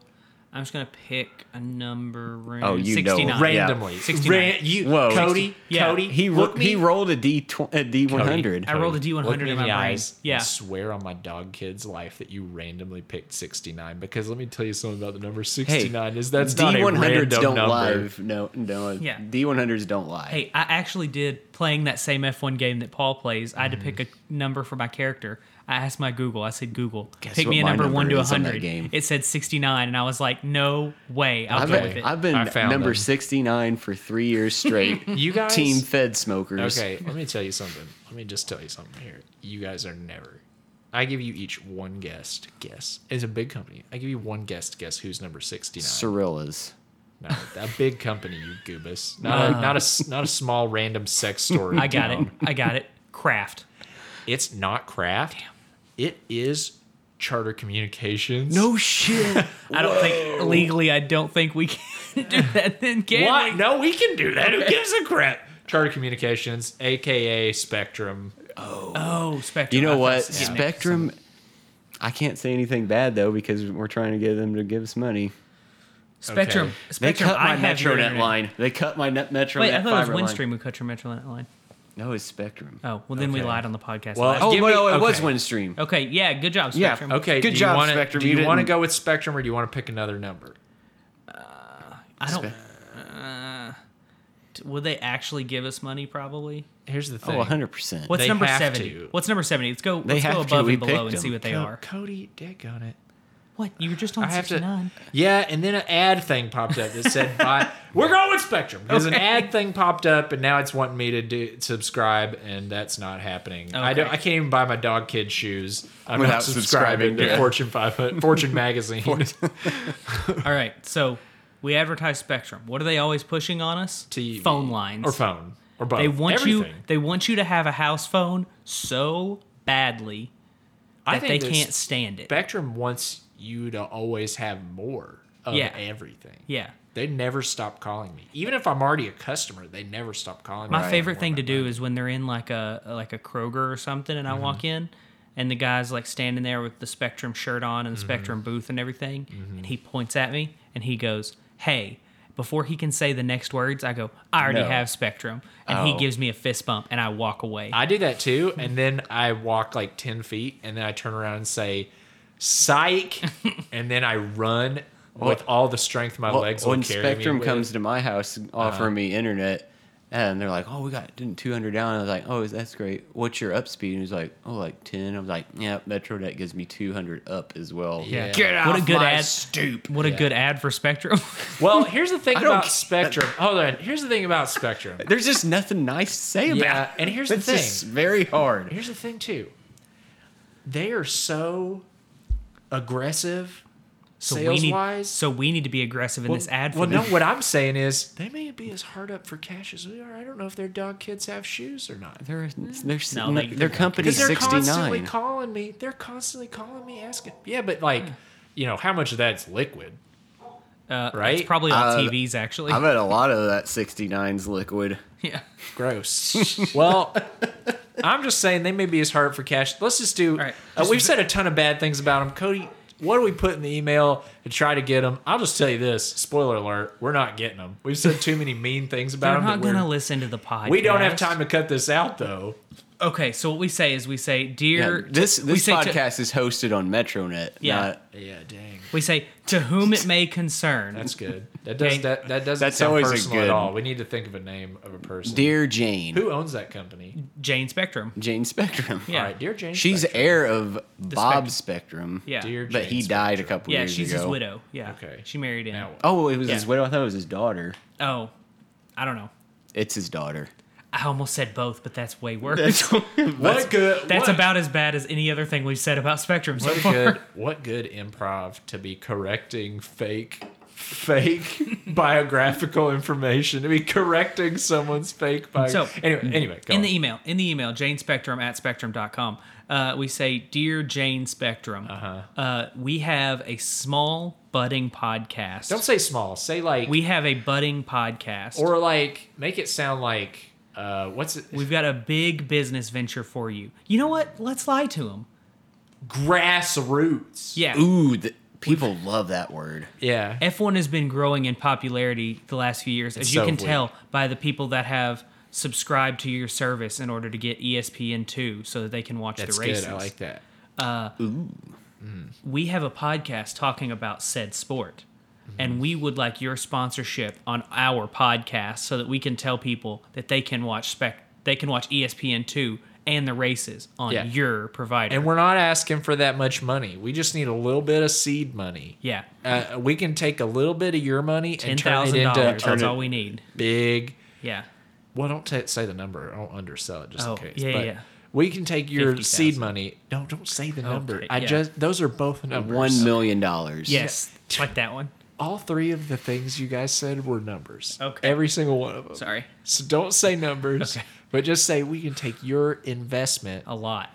C: I'm just gonna pick a number. Round
B: Oh, you know.
C: 69.
A: randomly,
C: 69.
A: Ran- you,
B: Whoa.
A: Cody,
C: Yeah.
A: Cody,
B: He ro-
A: look me
B: he rolled a D tw- a D one hundred.
C: I rolled a D100
A: Look me
C: in
A: in
C: my
A: the
C: brain.
A: eyes.
C: Yeah.
A: I swear on my dog kid's life that you randomly picked 69 because let me tell you something about the number 69 is that's not a
B: D100s
A: random
B: don't
A: number.
B: lie. No, no.
C: Yeah.
B: D100s don't lie.
C: Hey, I actually did playing that same F1 game that Paul plays. I had to pick a number for my character. I asked my Google. I said, "Google,
B: Mm-hmm. Guess
C: pick
B: what
C: me a
B: my
C: number,
B: number
C: one to
B: is on that
C: 100."
B: game.
C: It said 69, and I was like, "No way, I'll
B: I've
C: go
A: Okay.
C: with
B: been,
C: it."
B: I've been
A: I found
B: number
A: them.
B: 69 for three years straight.
A: You guys-
B: Team Fed smokers.
A: Okay, let me tell you something. Let me just tell you something here. You guys are never. I give you each one guess to guess. It's a big company. I give you one guess to guess who's number 69.
B: Cirillas.
A: no, a big company, you goobus. Not, a, not, a, s- not a small random sex story.
C: I got it.
A: town.
C: I got it. Craft.
A: It's not craft. It is charter communications.
B: shit.
C: I don't think legally. I don't think we can do that. Then can
A: Why?
C: we?
A: No, we can do that. Who gives a crap? Charter Communications, aka Spectrum.
C: Oh, Spectrum.
B: you
C: I
B: know
C: thought
B: what?
C: it was- yeah.
B: Spectrum. I can't say anything bad though because we're trying to get them to give us money.
C: Spectrum.
A: Okay.
B: They
C: Spectrum.
B: cut my
C: I have your
B: MetroNet
C: internet.
B: line. They cut my net MetroNet
C: Wait, I thought it
B: fiber
C: was
B: line.
C: Windstream who cut your MetroNet line.
B: No, it's Spectrum.
C: Oh, well then we
A: Okay.
C: lied on the podcast.
A: Well,
C: last
B: Oh,
A: Give
B: no,
A: me-
B: it was
A: okay.
B: Windstream.
C: Okay, Oh, yeah, good job,
B: Yeah,
C: Spectrum.
A: Okay,
B: Good
A: do
B: job,
A: you wanna,
B: Spectrum.
A: Do
B: You
A: you, want to
B: didn't-
A: go with Spectrum or do you want to pick another number?
C: I don't. Uh, t- would they actually give us money? Probably.
A: Here's the
B: Oh,
A: thing.
B: 100%.
C: What's
A: They
C: number
A: have
C: seventy?
A: to.
C: What's number seventy? Let's go.
B: They
C: let's go
B: have to,
C: above
B: we
C: and below
B: picked
C: and see
B: them.
C: what they
A: Co-
C: are.
A: Cody, dick on it.
C: What you were just
A: I
C: on
A: have
C: sixty nine?
A: to. Yeah, and then an ad thing popped up that said, "Buy." We're going with Spectrum because an
C: Okay.
A: ad thing popped up, and now it's wanting me to do, subscribe, and that's not happening. I
C: Okay.
A: don't. I can't even buy my dog kid shoes. I'm
B: Without
A: not subscribing
B: subscribing to-
A: to Fortune 500, Fortune magazine.
C: All right, so we advertise Spectrum. What are they always pushing on us?
A: TV.
C: Phone lines
A: or phone or both.
C: They want you.
A: Everything.
C: They want you to have a house phone so badly
A: I
C: that they
A: think that
C: can't stand it.
A: Spectrum wants you to always have more of
C: Yeah.
A: everything.
C: yeah.
A: They never stop calling me, even if I'm already a customer. They never stop calling me.
C: My favorite thing to do is when they're in like a like a Kroger or something,
A: Mm-hmm.
C: and I walk in, and the guy's like standing there with the Spectrum shirt on
A: Mm-hmm.
C: and the Spectrum booth and everything, and he points at me and he goes, "Hey." Before he can say the next words, I go, "I already
B: No.
C: have Spectrum," and he
B: Oh.
C: gives me a fist bump, and I walk away.
A: I do that too, and then I walk like ten feet, and then I turn around and say, "Psych," and then I run with all the strength my
B: Well,
A: legs
B: when
A: will carry
B: Spectrum
A: me with. Uh-huh.
B: comes to my house and offering me internet, and they're like, "Oh, we got didn't 200 down." I was like, "Oh, that's great. What's your up speed?" And he's like, "Oh, like 10." I was like, "Yeah, MetroNet gives me 200 up as well."
A: Yeah.
C: Get what a good ad!
B: stoop.
C: What a good ad for Spectrum.
A: Well, here's the thing
B: I don't
A: about
B: care.
A: Spectrum. Hold on. Here's the thing about Spectrum.
B: There's just nothing nice to say about.
A: Yeah,
B: it.
A: and here's the
B: it's
A: thing.
B: just very hard.
A: Here's the thing too. They are so aggressive
C: so
A: sales
C: we need,
A: wise.
C: so we need to be aggressive in this ad. For
A: well, no.
C: them.
A: What I'm saying is, they may be as hard up for cash as we are. I don't know if their dog kids have shoes or not.
B: They're they're
C: No,
B: no,
C: they-
B: their company's
A: Because they're
B: 69.
A: constantly calling me. They're constantly calling me asking. Yeah, but like, you know, how much of that's liquid?
C: uh,
A: right?
C: It's probably on
B: Uh,
C: TVs actually.
B: I bet a lot of that 69's liquid.
C: yeah.
A: Gross. well, I'm just saying they may be as hard for cash. Let's just do.
C: right.
A: uh, we've said a ton of bad things about them, Cody. What do we put in the email to try to get them? I'll just tell you this. Spoiler alert: We're not getting them. We've said too many mean things about
C: They're
A: them.
C: not
A: that we're-
C: gonna listen to the podcast.
A: we don't have time to cut this out though.
C: Okay, so what we say is we say, dear.
B: Yeah, this
C: we
B: this
C: say to-
B: podcast is hosted on MetroNet.
C: Yeah.
B: not-
A: Yeah, dang.
C: we say to whom it may concern.
A: That's good. That does
C: Dang.
A: that that doesn't
B: That's
A: sound
B: always a
A: personal at
B: good-
A: all. We need to think of a name of a person.
B: dear Jane,
A: Who owns that company?
C: Jane Spectrum.
B: Jane Spectrum.
C: Yeah.
A: All right, dear Jane.
B: she's
A: Spectrum.
B: heir of Bob Spectrum.
C: Yeah.
A: Dear
B: but
A: Jane
B: he
A: Spectrum.
B: died a couple
C: Yeah,
B: years
C: she's
B: ago.
C: his widow. Yeah.
A: Okay.
C: She married in.
A: Now what?
B: Oh, it was his
C: Yeah.
B: widow. I thought it was his daughter.
C: Oh, I don't know.
B: It's his daughter.
C: I almost said both, but that's way worse.
B: That's-
C: That's,
A: What good? what-
C: about as bad as any other thing we've said about Spectrum so
A: what
C: far.
A: good. What good improv to be correcting fake, fake biographical information to be correcting someone's fake bio.
C: So-
A: anyway, anyway, go
C: In
A: on.
C: the email, in the email, Jane Spectrum at spectrum.com, uh, we say, Dear Jane Spectrum, uh-huh. we have a small budding podcast.
A: don't say small. Say like
C: we have a budding podcast.
A: or like make it sound like uh, what's it?
C: We've got a big business venture for you. You know what? Let's lie to him.
A: grassroots.
C: Yeah.
B: Ooh, the, people love that word.
A: yeah.
C: F1 has been growing in popularity the last few years, as
A: It's
C: you
A: so
C: can
A: weird.
C: tell by the people that have subscribed to your service in order to get E ESPN2 so that they can watch
A: That's
C: the races.
A: good. I like that.
C: we have a podcast talking about said sport.
A: Mm-hmm.
C: And we would like your sponsorship on our podcast so that we can tell people that they can watch spec they can watch E ESPN2 and the races on
A: Yeah.
C: your provider.
A: And we're not asking for that much money. We just need a little bit of seed money.
C: yeah.
A: Uh, we can take a little bit of your money
C: Ten
A: and turn it
C: thousand
A: into
C: dollars. That's
A: a
C: all we need.
A: big.
C: Yeah.
A: Well, don't t- say the number. I don't undersell it just
C: Oh,
A: in case.
C: yeah,
A: but
C: yeah.
A: We can take your
C: 50,000.
A: seed money. No, don't say the number. I
C: yeah.
A: just those are both numbers.
B: One million dollars.
C: Yes. Like that one.
A: All three of the things you guys said were numbers.
C: Okay.
A: Every single one of them.
C: Sorry.
A: So don't say numbers, but just say we can take your investment
C: A lot.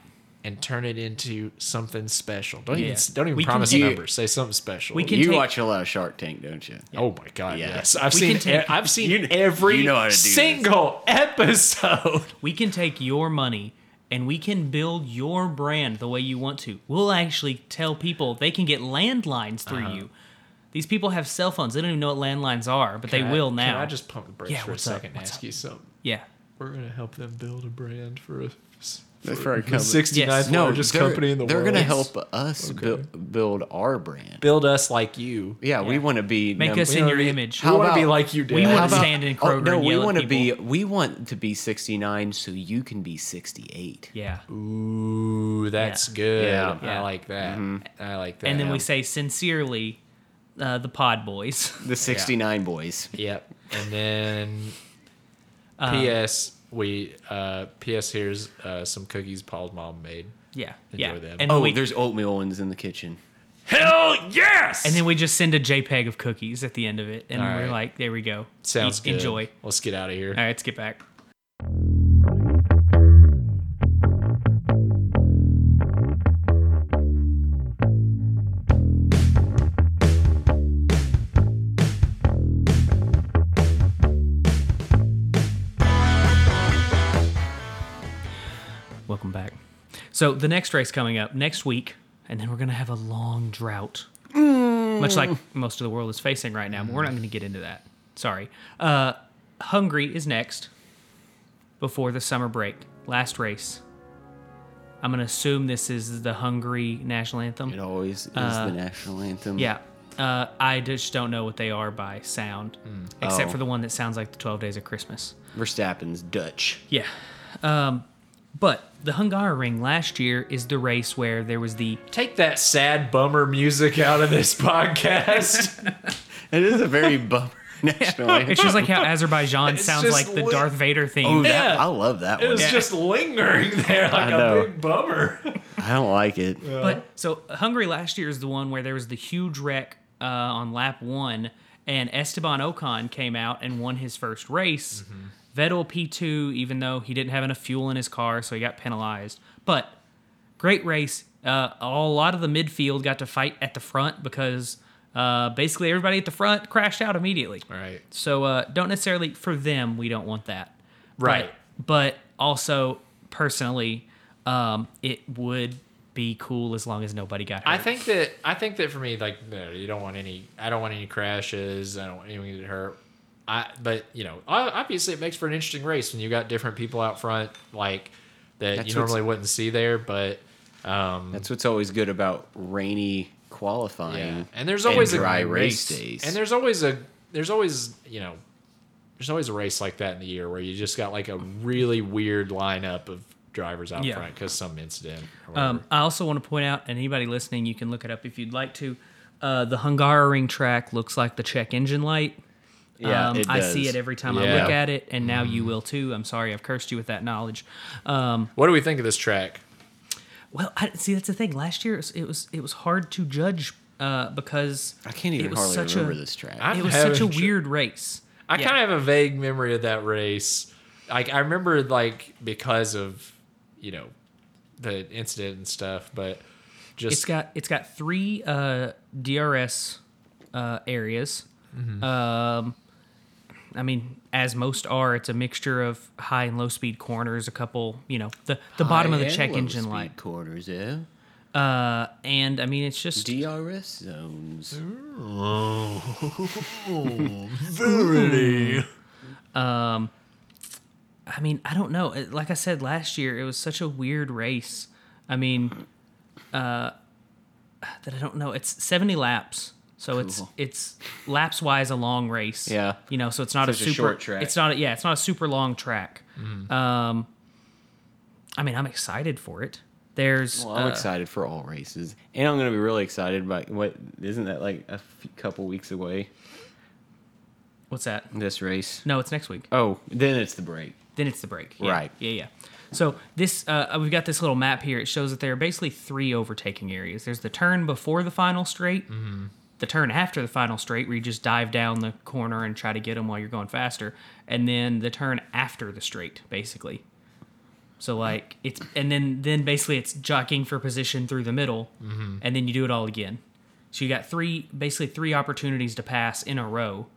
A: and turn it into something special. Don't even
C: Yeah.
A: s- don't even
C: We can
A: promise
C: do-
A: numbers. Say something special.
C: We can
B: You
C: take-
B: watch a lot of Shark Tank, don't you?
A: Oh my god!
B: Yeah.
A: Yes, I've
C: We
A: seen.
C: can take-
A: e- I've seen
B: You-
A: every
B: you know how to do this.
A: single episode.
C: We can take your money and we can build your brand the way you want to. We'll actually tell people they can get landlines through
A: Uh-huh.
C: you. These people have cell phones. They don't even know what landlines are, but they
A: Can I-
C: will now.
A: Can I just pump the brakes
C: Yeah,
A: for a
C: what's up?
A: second and
C: What's
A: ask you something?
C: yeah.
A: We're gonna help them build a brand for a for,
B: That's very
A: for the
B: common.
A: 69th
C: Yes.
B: No,
A: largest
B: they're-
A: company in the
B: they're
A: world.
B: gonna help us buil- build our brand.
A: build us like you.
B: Yeah, we
C: Yeah.
B: want to be
C: Make
B: number-
C: us in
A: know,
C: your
A: we-
C: image.
A: We want to be
B: about-
A: like you did.
C: we
B: How
C: wanna
B: about-
C: stand in Kroger
B: Oh, no,
C: and
B: we
C: yell at
B: wanna be we want to be 69 so you can be 68.
C: Yeah.
A: Ooh, that's good.
B: Yeah.
C: Yeah.
A: I like that.
B: Mm-hmm.
A: I like that.
C: And then we say sincerely, uh, the Pod Boys.
B: The 69 boys.
A: Yep. And then Uh, PS we uh PS here's uh some cookies Paul's mom made.
C: yeah.
A: Enjoy
C: yeah.
A: them.
C: And,
B: Oh,
C: we,
B: there's oatmeal ones in the kitchen.
A: Hell yes.
C: and then we just send a JPEG of cookies at the end of it. And
A: All
C: we're
A: right.
C: like, there we go.
A: sounds
C: Eat-
A: good.
C: Enjoy.
A: Let's get out of here.
C: All right, let's get back. Welcome back. So the next race coming up next week, and then we're gonna have a long drought, much like most of the world is facing right now. But we're not gonna get into that. Sorry. Uh, Hungary is next before the summer break. Last race. I'm gonna assume this is the Hungary national anthem.
B: It always is the national anthem.
C: Uh, Yeah. Uh, I just don't know what they are by sound,
A: Mm.
C: except
B: Oh.
C: for the one that sounds like the 12 Days of Christmas.
B: Verstappen's Dutch.
C: Yeah. Um, but the Hungaroring last year is the race where there was the
A: Take that sad bummer music out of this podcast.
B: It is a very bummer national anthem.
C: It's just like how Azerbaijan
A: It's
C: sounds
A: just
C: like the
A: lit-
C: Darth Vader theme.
B: Oh, that,
A: Yeah.
B: I love that
A: it
B: one.
A: was just lingering there like
B: I know.
A: a big bummer.
B: I don't like it.
C: But so Hungary last year is the one where there was the huge wreck uh, on lap one, and Esteban Ocon came out and won his first race. Vettel P2, even though he didn't have enough fuel in his car, so he got penalized. But great race. Uh, a lot of the midfield got to fight at the front because uh, basically everybody at the front crashed out immediately.
A: right.
C: So uh, don't necessarily for them. We don't want that.
A: Right.
C: But, but also personally, um, it would be cool as long as nobody got hurt.
A: I think that I think that for me, like, no, you don't want any. I don't want any crashes. I don't want anyone to get hurt. I, but you know, o- obviously, it makes for an interesting race when you got different people out front. Like, that
B: That's
A: you
B: what's-
A: normally wouldn't see there. But um,
B: That's what's always good about rainy qualifying.
A: yeah, and there's always
B: dry
A: a
B: race
A: race,
B: days.
A: and there's always a there's always you know there's always a race like that in the year where you just got like a really weird lineup of drivers out
C: Yeah.
A: front because some incident. Or whatever.
C: Um, I also want to point out, and anybody listening, you can look it up if you'd like to. Uh, the Hungaroring track looks like the check engine light.
B: Yeah,
C: um,
B: it
C: I see
B: does.
C: it every time I
A: Yeah. Mm.
C: look at it, and now you will too. I'm sorry, I've cursed you with that knowledge. Um,
A: what do we think of this track?
C: well, I, see, that's the thing. Last year, it was it was, it was hard to judge uh, because
B: I can't even
C: it was
B: hardly
C: such
B: remember
C: a,
B: this track.
A: I- I'm
C: It was such a
A: having tr-
C: weird race.
A: I
C: Yeah.
A: kind of have a vague memory of that race. Like I remember like because of you know the incident and stuff, but just
C: It's got it's got three uh, DRS uh, areas.
B: Mm-hmm.
C: Um, I mean, as most are, it's a mixture of high and low speed corners, a couple, you know, the the bottom of the
B: High and
C: check
B: low
C: engine
B: speed
C: light,
B: corners. Yeah,
C: uh, and I mean, it's just
B: DRS zones.
C: I mean, I don't know. It- Like I said last year, it was such a weird race. I mean, uh, that I don't know. It's 70 laps. So it's
B: Cool.
C: it's laps wise a long race.
B: Yeah.
C: You know, so it's not
B: Such
C: a
B: a
C: super
B: short track.
C: It's not a, yeah, it's not a super long track. Um I mean, I'm excited for it. There's
B: Well, I'm
C: uh,
B: excited for all races, and I'm going to be really excited about what isn't that like a f- couple weeks away?
C: what's that?
B: This race.
C: No, it's next week.
B: Oh, then it's the break.
C: then it's the break. Yeah.
B: Right.
C: Yeah, yeah. So this uh, we've got this little map here. It shows that there are basically three overtaking areas. There's the turn before the final straight, the turn after the final straight, where you just dive down the corner and try to get them while you're going faster, and then the turn after the straight, basically. So like it's and then then basically it's jockeying for position through the middle, and then you do it all again. So you got three basically three opportunities to pass in a row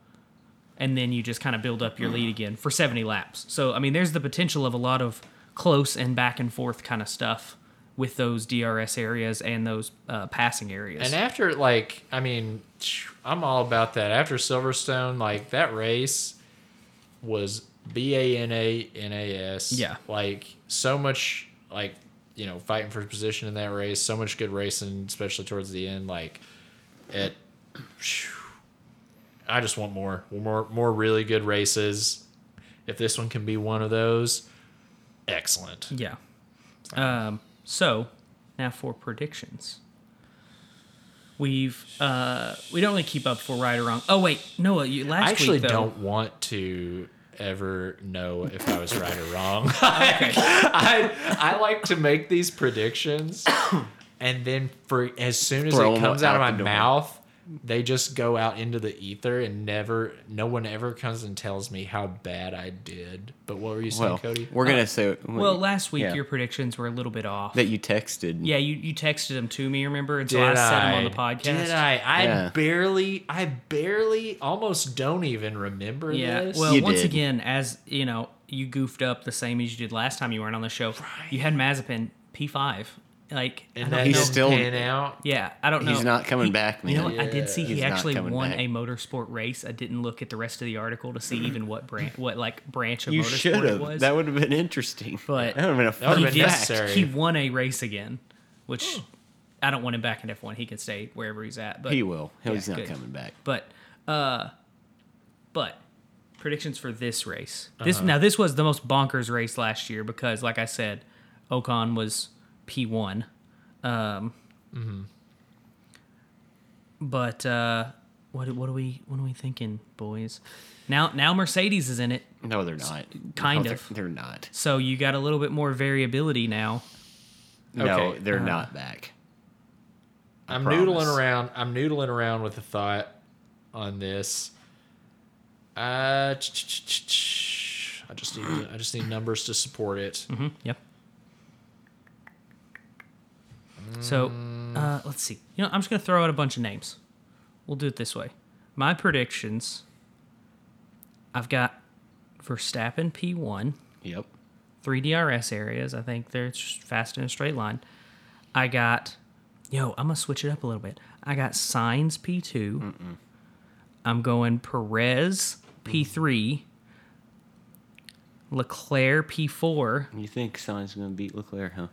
C: and then you just kind of build up your lead again for 70 laps. So I mean, there's the potential of a lot of close and back and forth kind of stuff with those DRS areas and those uh, passing areas.
A: And after like, I mean, phew, I'm all about that. After Silverstone, like that race was B A N A N A S.
C: Yeah.
A: Like so much like, you know, fighting for position in that race, so much good racing, especially towards the end. Like it phew, I just want more. More more really good races. If this one can be one of those, excellent.
C: yeah. Um, so now for predictions. We've uh, we don't really keep up for right or wrong. Oh wait, Noah, you last
A: I actually
C: week though.
A: don't want to ever know if I was right or wrong.
C: Okay.
A: I I like to make these predictions, and then for as soon as
B: Throw
A: it
B: 'em
A: comes out,
B: out
A: of
B: the
A: my
B: door.
A: mouth, they just go out into the ether, and never no one ever comes and tells me how bad I did. But what were you saying,
B: Well,
A: Cody?
B: we're gonna say
C: Uh, Well, last week
B: Yeah.
C: your predictions were a little bit off.
B: that you texted.
C: yeah, you, you texted them to me, remember? And so I, said them on the podcast.
A: Did I? I
B: Yeah.
A: barely, I barely, almost don't even remember
C: Yeah.
A: this.
C: Well,
B: You
C: once
B: did.
C: again, as you know, you goofed up the same as you did last time you weren't on the show. You had Mazepin P five. Like I
A: and
C: don't
A: that
C: know.
A: he's
B: still-
A: still pan out.
C: yeah, I don't know.
B: he's not coming
C: He-
B: back, man.
C: You know, what? I did see he
B: He's not
C: actually
B: coming
C: won
B: back.
C: a motorsport race. I didn't look at the rest of the article to see even what branch, what like branch of
B: you should
C: motorsport it was.
B: have. That would have been interesting.
C: But-
B: that would have been a
A: would've
B: fun
A: been
C: he did.
B: fact.
A: necessary.
C: He won a race again, which I don't want him back in F one. He can stay wherever he's at. But
B: He will. He's
C: Yeah,
B: not
C: good.
B: coming back.
C: But uh but predictions for this race. This now this was the most bonkers race last year because like I said, Ocon was P one. Um But uh what what are we what are we thinking, boys? Now now Mercedes is in it,
B: No, they're not.
C: kind
B: No,
C: of.
B: They're, they're not.
C: so you got a little bit more variability now.
B: No,
A: Okay,
B: they're
C: uh-huh.
B: not back.
A: I'm
B: promise.
A: noodling around. I'm noodling around with a thought on this. Uh, ch- ch- ch- ch- ch- I just need I just need numbers to support it.
C: hmm Yep. So uh, let's see. You know, I'm just gonna throw out a bunch of names. We'll do it this way. My predictions. I've got Verstappen P1,
B: Yep.
C: three DRS areas. I think they're just fast in a straight line. I got, yo, I'm gonna switch it up a little bit. I got Signs P2. I'm going Perez P3. Leclerc P4.
B: You think someone's going to beat Leclerc, huh?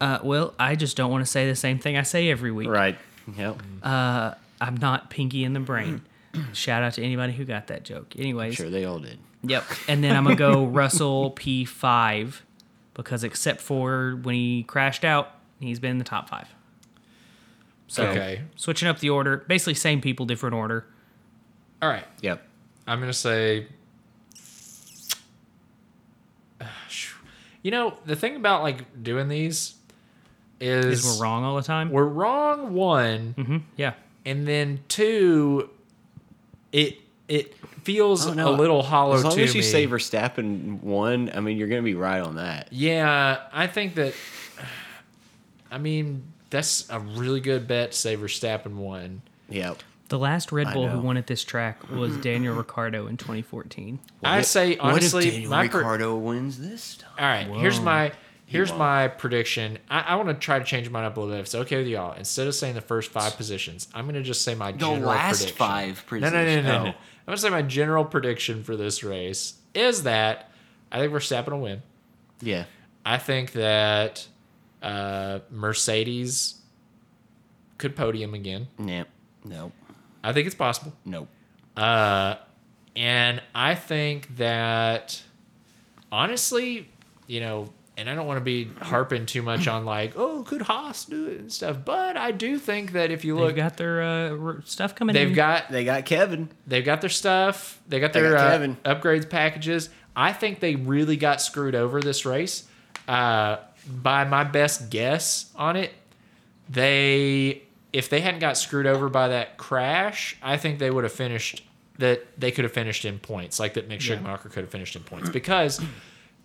C: Uh, well, I just don't want to say the same thing I say every week.
B: Right. Yep.
C: I'm not pinky in the brain. Shout out to anybody who got that joke. Anyways,
B: sure, they all did.
C: Yep. And then I'm gonna go Russell P five because except for when he crashed out, he's been in the top five. So
A: Okay.
C: switching up the order, basically same people, different order.
A: All right.
B: Yep.
A: I'm gonna say. Ah, shoo. You know the thing about like doing these is,
C: Because we're wrong all the time.
A: We're wrong one,
C: hmm Yeah.
A: and then two. It it feels
B: Oh, no.
A: a little hollow
B: As long
A: to
B: as you
A: me.
B: say Verstappen won, I mean, you're going to be right on that.
A: Yeah, I think that. I mean, that's a really good bet. to Say Verstappen one.
B: Yep.
C: The last Red
B: I
C: Bull who
B: know.
C: won at this track was Daniel Ricciardo in 2014.
A: I say honestly, my per-
B: wins this time?
A: All right, here's
C: Whoa.
A: my here's
B: won't.
A: my prediction. I, I want to try to change mine up a little bit. If it's okay with y'all, instead of saying the first five positions, I'm going to just say my general prediction.
B: last five
A: No, no, no,
B: positions.
A: no, no.
B: Oh.
A: I'm going to say my general prediction for this race is that I think Verstappen will win.
B: Yeah.
A: I think that uh, Mercedes could podium again.
B: Yep. Nope.
A: I think it's possible.
B: Nope.
A: Uh, and I think that honestly, you know, and I don't want to be harping too much on like, oh, could Haas do it and stuff, but I do think that if you
C: They've
A: look,
C: got their uh, r- stuff coming in.
A: they've got
B: They got Kevin.
A: they've got their stuff, they got
B: They
A: their
B: got
A: uh,
B: Kevin.
A: upgrades packages. I think they really got screwed over this race. Uh, by my best guess on it, they if they hadn't got screwed over by that crash, I think they would have finished that they could have finished in points, like that Mick Schumacher could have finished in points because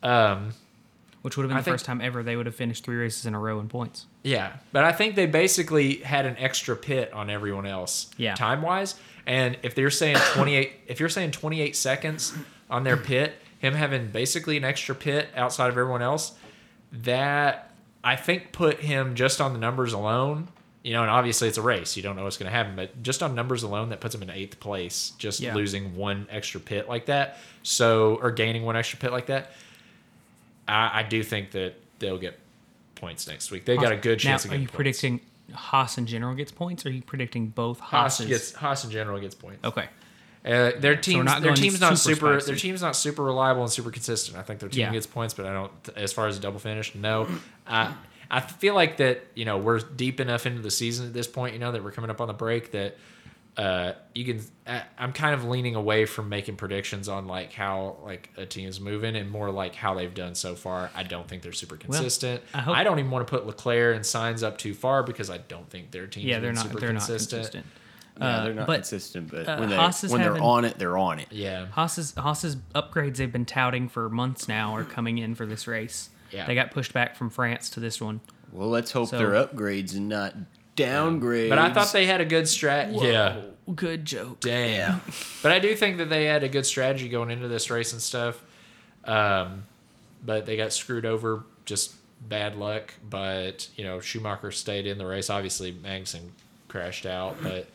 A: um
C: which would have been
A: I
C: the
A: think-
C: first time ever they would have finished three races in a row in points.
A: yeah, but I think they basically had an extra pit on everyone else
C: Yeah.
A: time wise. And if they're saying 28 if you're saying 28 seconds on their pit, him having basically an extra pit outside of everyone else, that I think put him just on the numbers alone. You know, and obviously it's a race. You don't know what's going to happen, but just on numbers alone, that puts him in eighth place, just
C: Yeah.
A: losing one extra pit like that. So, or gaining one extra pit like that. I, I do think that they'll get points next week. They got a good chance.
C: Now,
A: of
C: are
A: getting
C: you
A: points.
C: predicting Haas in general gets points? Or are you predicting both
A: Haas
C: Haas's?
A: gets Haas in general gets points?
C: okay.
A: Uh, their team's
C: not
A: their
C: going
A: team's not
C: super
A: super
C: spicy.
A: their team's not super reliable and super consistent. I think their team
C: Yeah.
A: gets points, but I don't. As far as a double finish, no. I I feel like that you know we're deep enough into the season at this point. You know that we're coming up on the break that uh you can. I, I'm kind of leaning away from making predictions on like how like a team is moving and more like how they've done so far. I don't think they're super consistent.
C: I hope-
A: I, don't even want to put Leclerc and Signs up too far because I don't think their team
C: Yeah, they're not.
A: super
C: They're
A: consistent.
C: not consistent.
A: Uh,
B: Yeah, they're not
C: but,
B: consistent, but
C: uh,
B: when, they,
C: Haas is
B: when they're
C: having-
B: on it, they're on it.
A: Yeah.
C: Haas's Haas's upgrades they've been touting for months now are coming in for this race.
A: Yeah.
C: They got pushed back from France to this one.
B: Well, let's hope
C: So-
B: they're upgrades and not downgrades.
A: But I thought they had a good strat. Yeah.
C: Whoa, Good joke.
A: Damn. but I do think that they had a good strategy going into this race and stuff. Um, but they got screwed over, just bad luck. But you know, Schumacher stayed in the race. Obviously, Magnussen crashed out, but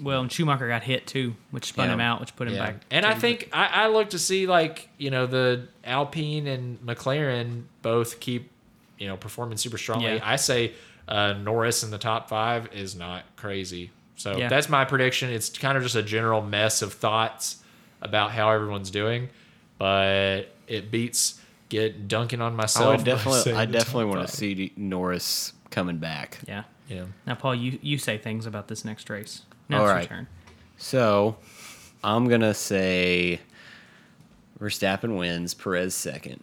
C: Well, and Schumacher got hit too, which spun
B: Yeah.
C: him out, which put him
A: yeah.
C: back.
A: And
C: to
A: I
C: the-
A: think I, I look to see like you know the Alpine and McLaren both keep you know performing super strongly.
C: Yeah.
A: I say uh, Norris in the top five is not crazy. So
C: Yeah.
A: that's my prediction. It's kind of just a general mess of thoughts about how everyone's doing, but it beats get dunking on
B: I
A: myself.
B: would
A: by
B: definitely,
A: saying
B: I
A: the
B: definitely
A: top
B: want to
A: five.
B: see D- Norris coming back.
C: Yeah.
A: Yeah.
C: Now, Paul, you you say things about this next race. Now
B: All
C: it's
B: right.
C: your turn.
B: So I'm gonna say Verstappen wins, Perez second,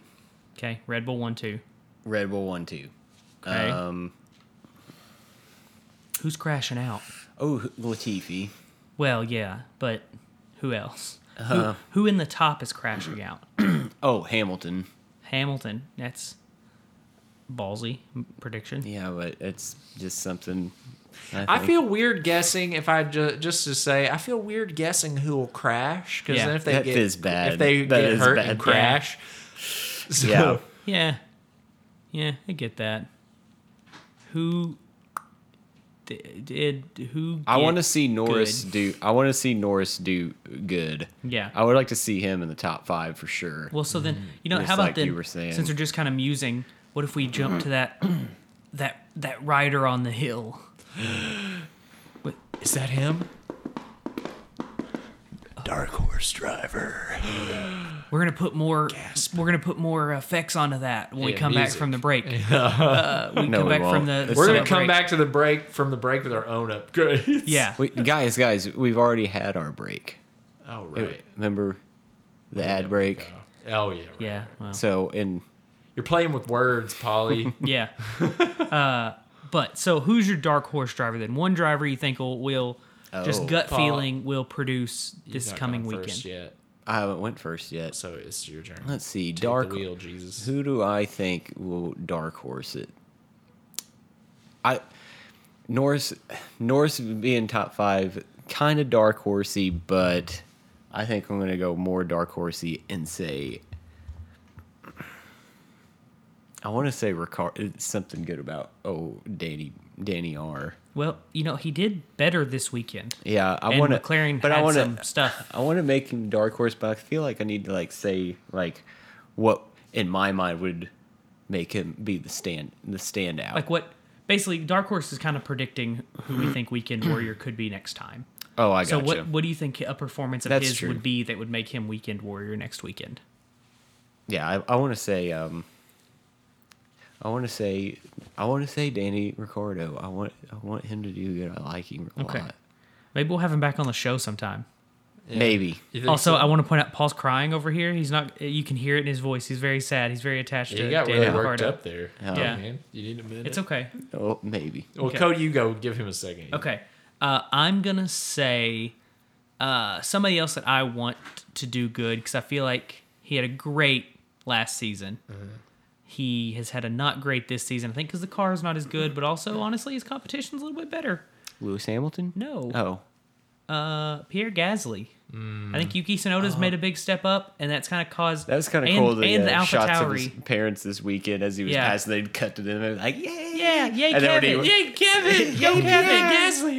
C: Okay. Red Bull one two.
B: Red Bull one two.
C: Okay.
B: Um,
C: Who's crashing out?
B: oh Latifi,
C: Well, yeah, but who else?
B: Uh-huh.
C: who, who in the top is crashing out?
B: oh Hamilton.
C: Hamilton. That's ballsy prediction.
B: Yeah, but it's just something. I,
A: I
B: think.
A: feel weird guessing if I ju- just to say I feel weird guessing who will crash because
C: Yeah,
A: then if they
B: that
A: get
B: is bad.
A: if they
B: That
A: get
B: is
A: hurt
B: bad.
A: and crash, so,
B: Yeah.
C: Yeah. Yeah, I get that. Who th- did who?
B: I
C: get-
B: want to see Norris
C: good.
B: do. I want to see Norris do good.
C: Yeah.
B: I would like to see him in the top five for sure.
C: Well, so then you know
B: Mm-hmm. Just
C: how about
B: like
C: then
B: you were saying.
C: since we're just kind of musing, what if we jump to that that that rider on the hill?
A: Is that him?
D: Dark Horse Driver.
C: We're gonna put more we're gonna put more effects onto that when we
A: Yeah,
C: come back
A: music.
C: from the break. Uh, we
B: No,
C: come
B: we
C: back from
B: won't.
C: the, the
A: We're gonna
C: summer
A: come
C: break.
A: back to the break from the break with our own upgrades.
C: Yeah,
B: we, guys, guys, we've already had our break.
A: Oh right.
B: Remember the ad break?
A: Oh yeah. Right.
C: yeah, well,
B: So in
A: You're playing with words, Polly.
C: yeah. uh, but so who's your dark horse driver then? One driver you think will will
B: Oh.
C: just gut
A: Paul.
C: feeling will produce
A: He's
C: this
A: not
C: coming
A: gone
C: weekend.
A: first yet,
B: I haven't went first yet.
A: so it's your turn.
B: Let's see,
A: Take
B: dark.
A: the wheel, Jesus.
B: Who do I think will dark horse it? I Norris Norris being top five, kind of dark horsey, but I think I'm gonna go more dark horsey and say. I want to say Ricard, it's something good about oh Danny Danny R.
C: Well, you know he did better this weekend.
B: Yeah, I
C: And
B: want to.
C: McLaren
B: but I
C: had
B: wanna,
C: some stuff.
B: I want to make him dark horse, but I feel like I need to like say like what in my mind would make him be the stand the standout.
C: Like what? Basically, Dark Horse is kind of predicting who we think Weekend Warrior could be next time.
B: oh, I got
C: So
B: gotcha.
C: what what do you think a performance of
B: That's
C: his
B: true.
C: would be that would make him Weekend Warrior next weekend?
B: Yeah, I, I want to say um. I want to say, I want to say Danny Ricardo. I want I want him to do good. I like him a
C: Okay.
B: lot.
C: Maybe we'll have him back on the show sometime.
B: Maybe.
A: You think
C: Also,
A: so?
C: I want to point out Paul's crying over here. He's not. You can hear it in his voice. He's very sad. He's very attached
A: Yeah,
C: to
A: you got
C: Danny
A: really worked
C: Ricardo.
A: up there. Yeah, man. You need a minute.
C: It's okay.
B: Oh, maybe.
A: Well,
C: Okay.
A: Cody, you go give him a second.
C: Okay. Uh, I'm going to say uh, somebody else that I want to do good because I feel like he had a great last season.
B: Mm-hmm.
C: He has had a not great this season, I think, because the car is not as good, but also, honestly, his competition's a little bit better.
B: Lewis Hamilton?
C: No.
B: Oh,
C: Uh, Pierre Gasly. I think Yuki Tsunoda's made a big step up, and that's kind of caused.
B: Mm. Oh. that was kind of
C: and-
B: cool. The,
C: and the
B: uh,
C: Alpha
B: shots of his
C: Tauri.
B: parents this weekend as he was
C: Yeah.
B: passing, they'd cut to them and like, yeah,
C: Yeah, yay,
B: And then when he
C: Kevin!
B: went-
C: Yay, Kevin! Yo, Kevin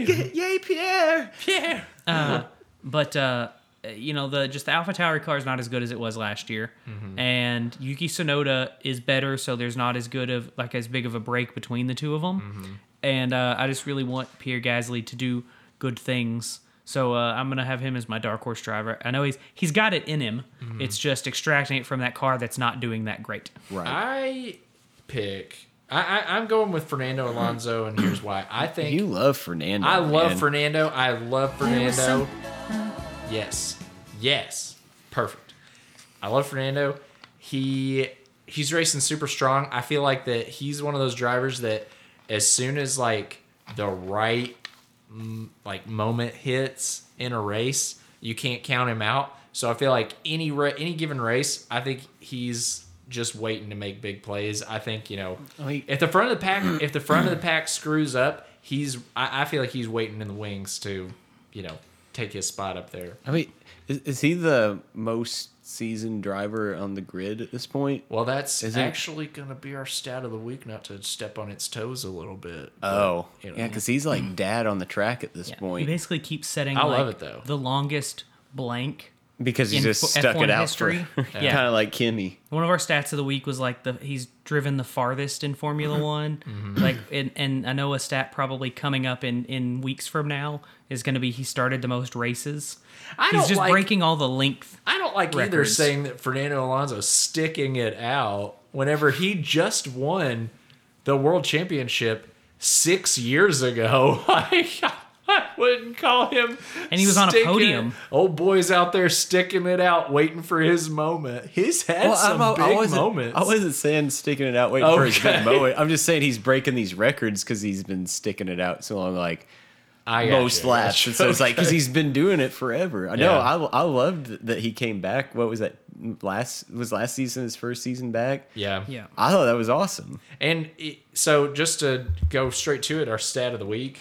C: Gasly!
B: Yay, Pierre!
C: Yeah. Uh, but uh, you know the just the Alpha Tower car is not as good as it was last year, and Yuki Tsunoda is better, so there's not as good of like as big of a break between the two of them. And uh, I just really want Pierre Gasly to do good things. So uh, I'm gonna have him as my dark horse driver. I know he's he's got it in him. It's just extracting it from that car that's not doing that great.
B: Right.
A: I pick. I, I I'm going with Fernando Alonso, and here's why. I think
B: you love Fernando.
A: I love
B: man.
A: Fernando. I love Fernando.
D: was some- uh,
A: Yes. Yes. Perfect. I love Fernando. He he's racing super strong. I feel like that he's one of those drivers that as soon as like the right mm, like moment hits in a race, you can't count him out. So I feel like any ra- any given race, I think he's just waiting to make big plays. I think you know
B: Oh, he-
A: if the front of the pack if the front of the pack screws up, he's I, I feel like he's waiting in the wings to you know take his spot up there.
B: I mean, is, is he the most seasoned driver on the grid at this point?
A: Well, that's
B: Is it-
A: actually going to be our stat of the week, not to step on its toes a little bit.
B: Oh,
A: You know.
B: yeah, because he's like dad on the track at this
C: He
B: point
C: basically keeps setting.
A: I
C: like,
A: love it, though.
C: The longest blank
B: because he
C: in
B: just
C: F-
B: stuck
C: F1
B: it out
C: history.
B: for
C: Yeah.
B: kind of like Kimmy.
C: One of our stats of the week was like the he's driven the farthest in
A: Mm-hmm.
C: Formula One. Like, and, and I know a stat probably coming up in in weeks from now is going to be he started the most races.
A: I
C: he's
A: don't
C: just
A: like-
C: breaking all the length.
A: I don't like either
C: Records.
A: saying that Fernando Alonso sticking it out whenever he just won the world championship six years ago. Like, I wouldn't call him.
C: And he was on a
A: sticking-
C: podium.
A: Old boy's out there sticking it out, waiting for his moment. He's had some
B: I'm-
A: big
B: I wasn't,
A: moments. Oh,
B: I wasn't saying sticking it out, waiting for his
A: Okay.
B: big moment. I'm just saying he's breaking these records because he's been sticking it out so long, like
A: I got
B: most
A: you.
B: laps. And so it's like because he's been doing it forever. I know.
A: Yeah.
B: I I loved that he came back. What was that last? Was last season his first season back?
A: Yeah.
C: Yeah,
B: I thought that was awesome.
A: And it, so, just to go straight to it, our stat of the week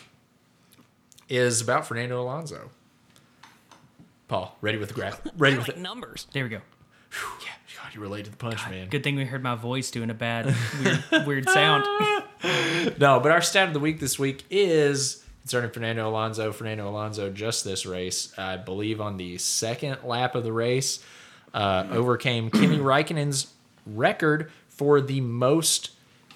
A: is about Fernando Alonso. Paul, ready with the graph? Ready with it?
C: numbers. There we go.
A: God, you related the punch, man.
C: Good thing we heard my voice doing a bad weird, weird sound.
A: no, but our stat of the week this week is concerning Fernando Alonso. Fernando Alonso just this race, I believe, on the second lap of the race, uh, overcame Kimi Raikkonen's record for the most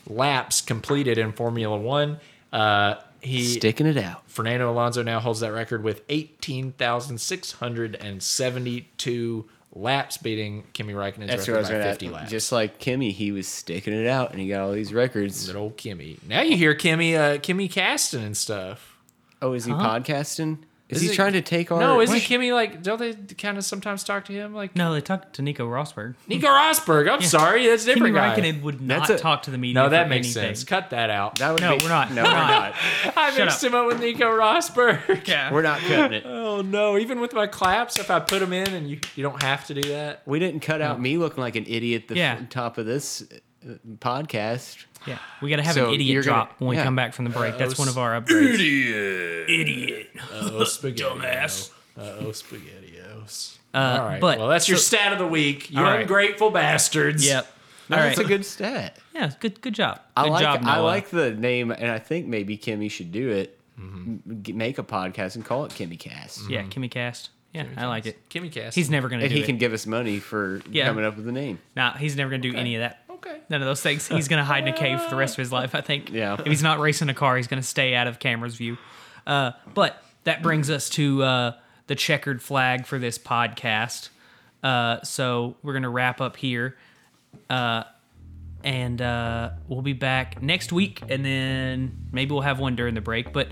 A: laps completed in Formula One. Uh, he
B: Sticking it out.
A: Fernando Alonso now holds that record with 18,672 laps, beating Kimi Raikkonen's
B: That's what
A: record
B: I was
A: by
B: gonna
A: 50
B: ask.
A: laps.
B: Just like Kimmy, he was sticking it out and he got all these records.
A: little old Kimmy. Now you hear Kimmy, uh, Kimmy Caston and stuff.
B: Oh, is he podcasting? Is,
A: Is
B: he
A: it-
B: trying to take our?
A: No, isn't Kimmy like? Don't they kind of sometimes talk to him like
C: No, they talked to Nico Rosberg.
A: Nico Rosberg? I'm sorry, that's a
C: Kimi
A: different guy.
C: Raikkonen would not
B: That's a-
C: talk to the media.
A: No, that
C: for
A: makes
C: anything.
A: sense. Cut that out.
B: That would
C: No,
B: be-
C: we're not.
B: No,
C: We're
B: we're
C: not.
B: not.
A: I mixed
C: up.
A: him up with Nico Rosberg.
C: Yeah.
B: we're not cutting it.
A: Oh no! Even with my claps, if I put them in, and you you don't have to do that.
B: We didn't cut out me looking like an idiot the
C: Yeah.
B: top of this uh, podcast.
C: Yeah, we gotta have
B: So
C: an idiot
B: you're gonna-
C: drop when we
B: yeah.
C: come back from the break. That's one of our upgrades. Idiot.
A: Oh spaghetti!
C: Dumbass.
A: Oh spaghettios.
C: Uh,
A: All right.
C: But
A: well, that's your
C: so-
A: stat of the week. You
C: All right.
A: ungrateful bastards.
C: Yep.
B: No,
C: All right.
B: That's a good stat.
C: yeah. Good. Good job.
B: I
C: Good
B: like
C: job.
B: I
C: Noah.
B: like the name, and I think maybe Kimmy should do it. M- g- Make a podcast and call it Kimmy Cast,
C: Mm-hmm. Yeah, Kimmy Cast. Yeah, I like it.
A: Kimmy Cast.
C: He's never gonna
B: and
C: do
B: he
C: it.
B: can give us money for
C: Yeah.
B: coming up with the name.
C: Nah, he's never gonna do any of that.
A: okay.
C: None of those things. He's gonna hide in a cave for the rest of his life. I think.
B: Yeah.
C: If he's not racing a car, he's gonna stay out of camera's view. Uh, but that brings us to uh, the checkered flag for this podcast. Uh, so we're gonna wrap up here, uh, and uh, we'll be back next week, and then maybe we'll have one during the break, but.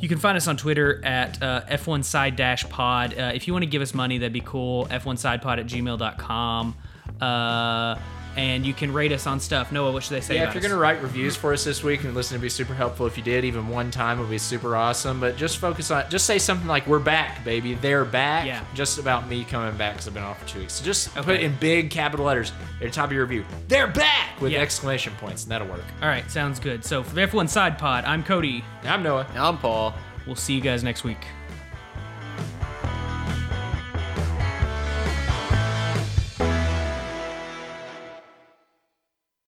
C: You can find us on Twitter at uh, F1 Side Dash Pod. Uh, if you want to give us money, that'd be cool. F1 Side Pod at gmail.com. Uh, and you can rate us on stuff. Noah, what should they say?
A: Yeah, if
C: about
A: you're
C: us?
A: gonna write reviews for us this week and listen, it'd be super helpful if you did. Even one time would be super awesome. But just focus on, just say something like "We're back, baby. They're back."
C: Yeah.
A: Just about me coming back because I've been off for two weeks. So just put
C: Okay.
A: in big capital letters at the top of your review. They're back with
C: Yeah.
A: exclamation points, and that'll work.
C: All right, sounds good. So for F1 Side Pod, I'm Cody.
A: I'm Noah.
B: I'm Paul.
C: We'll see you guys next week.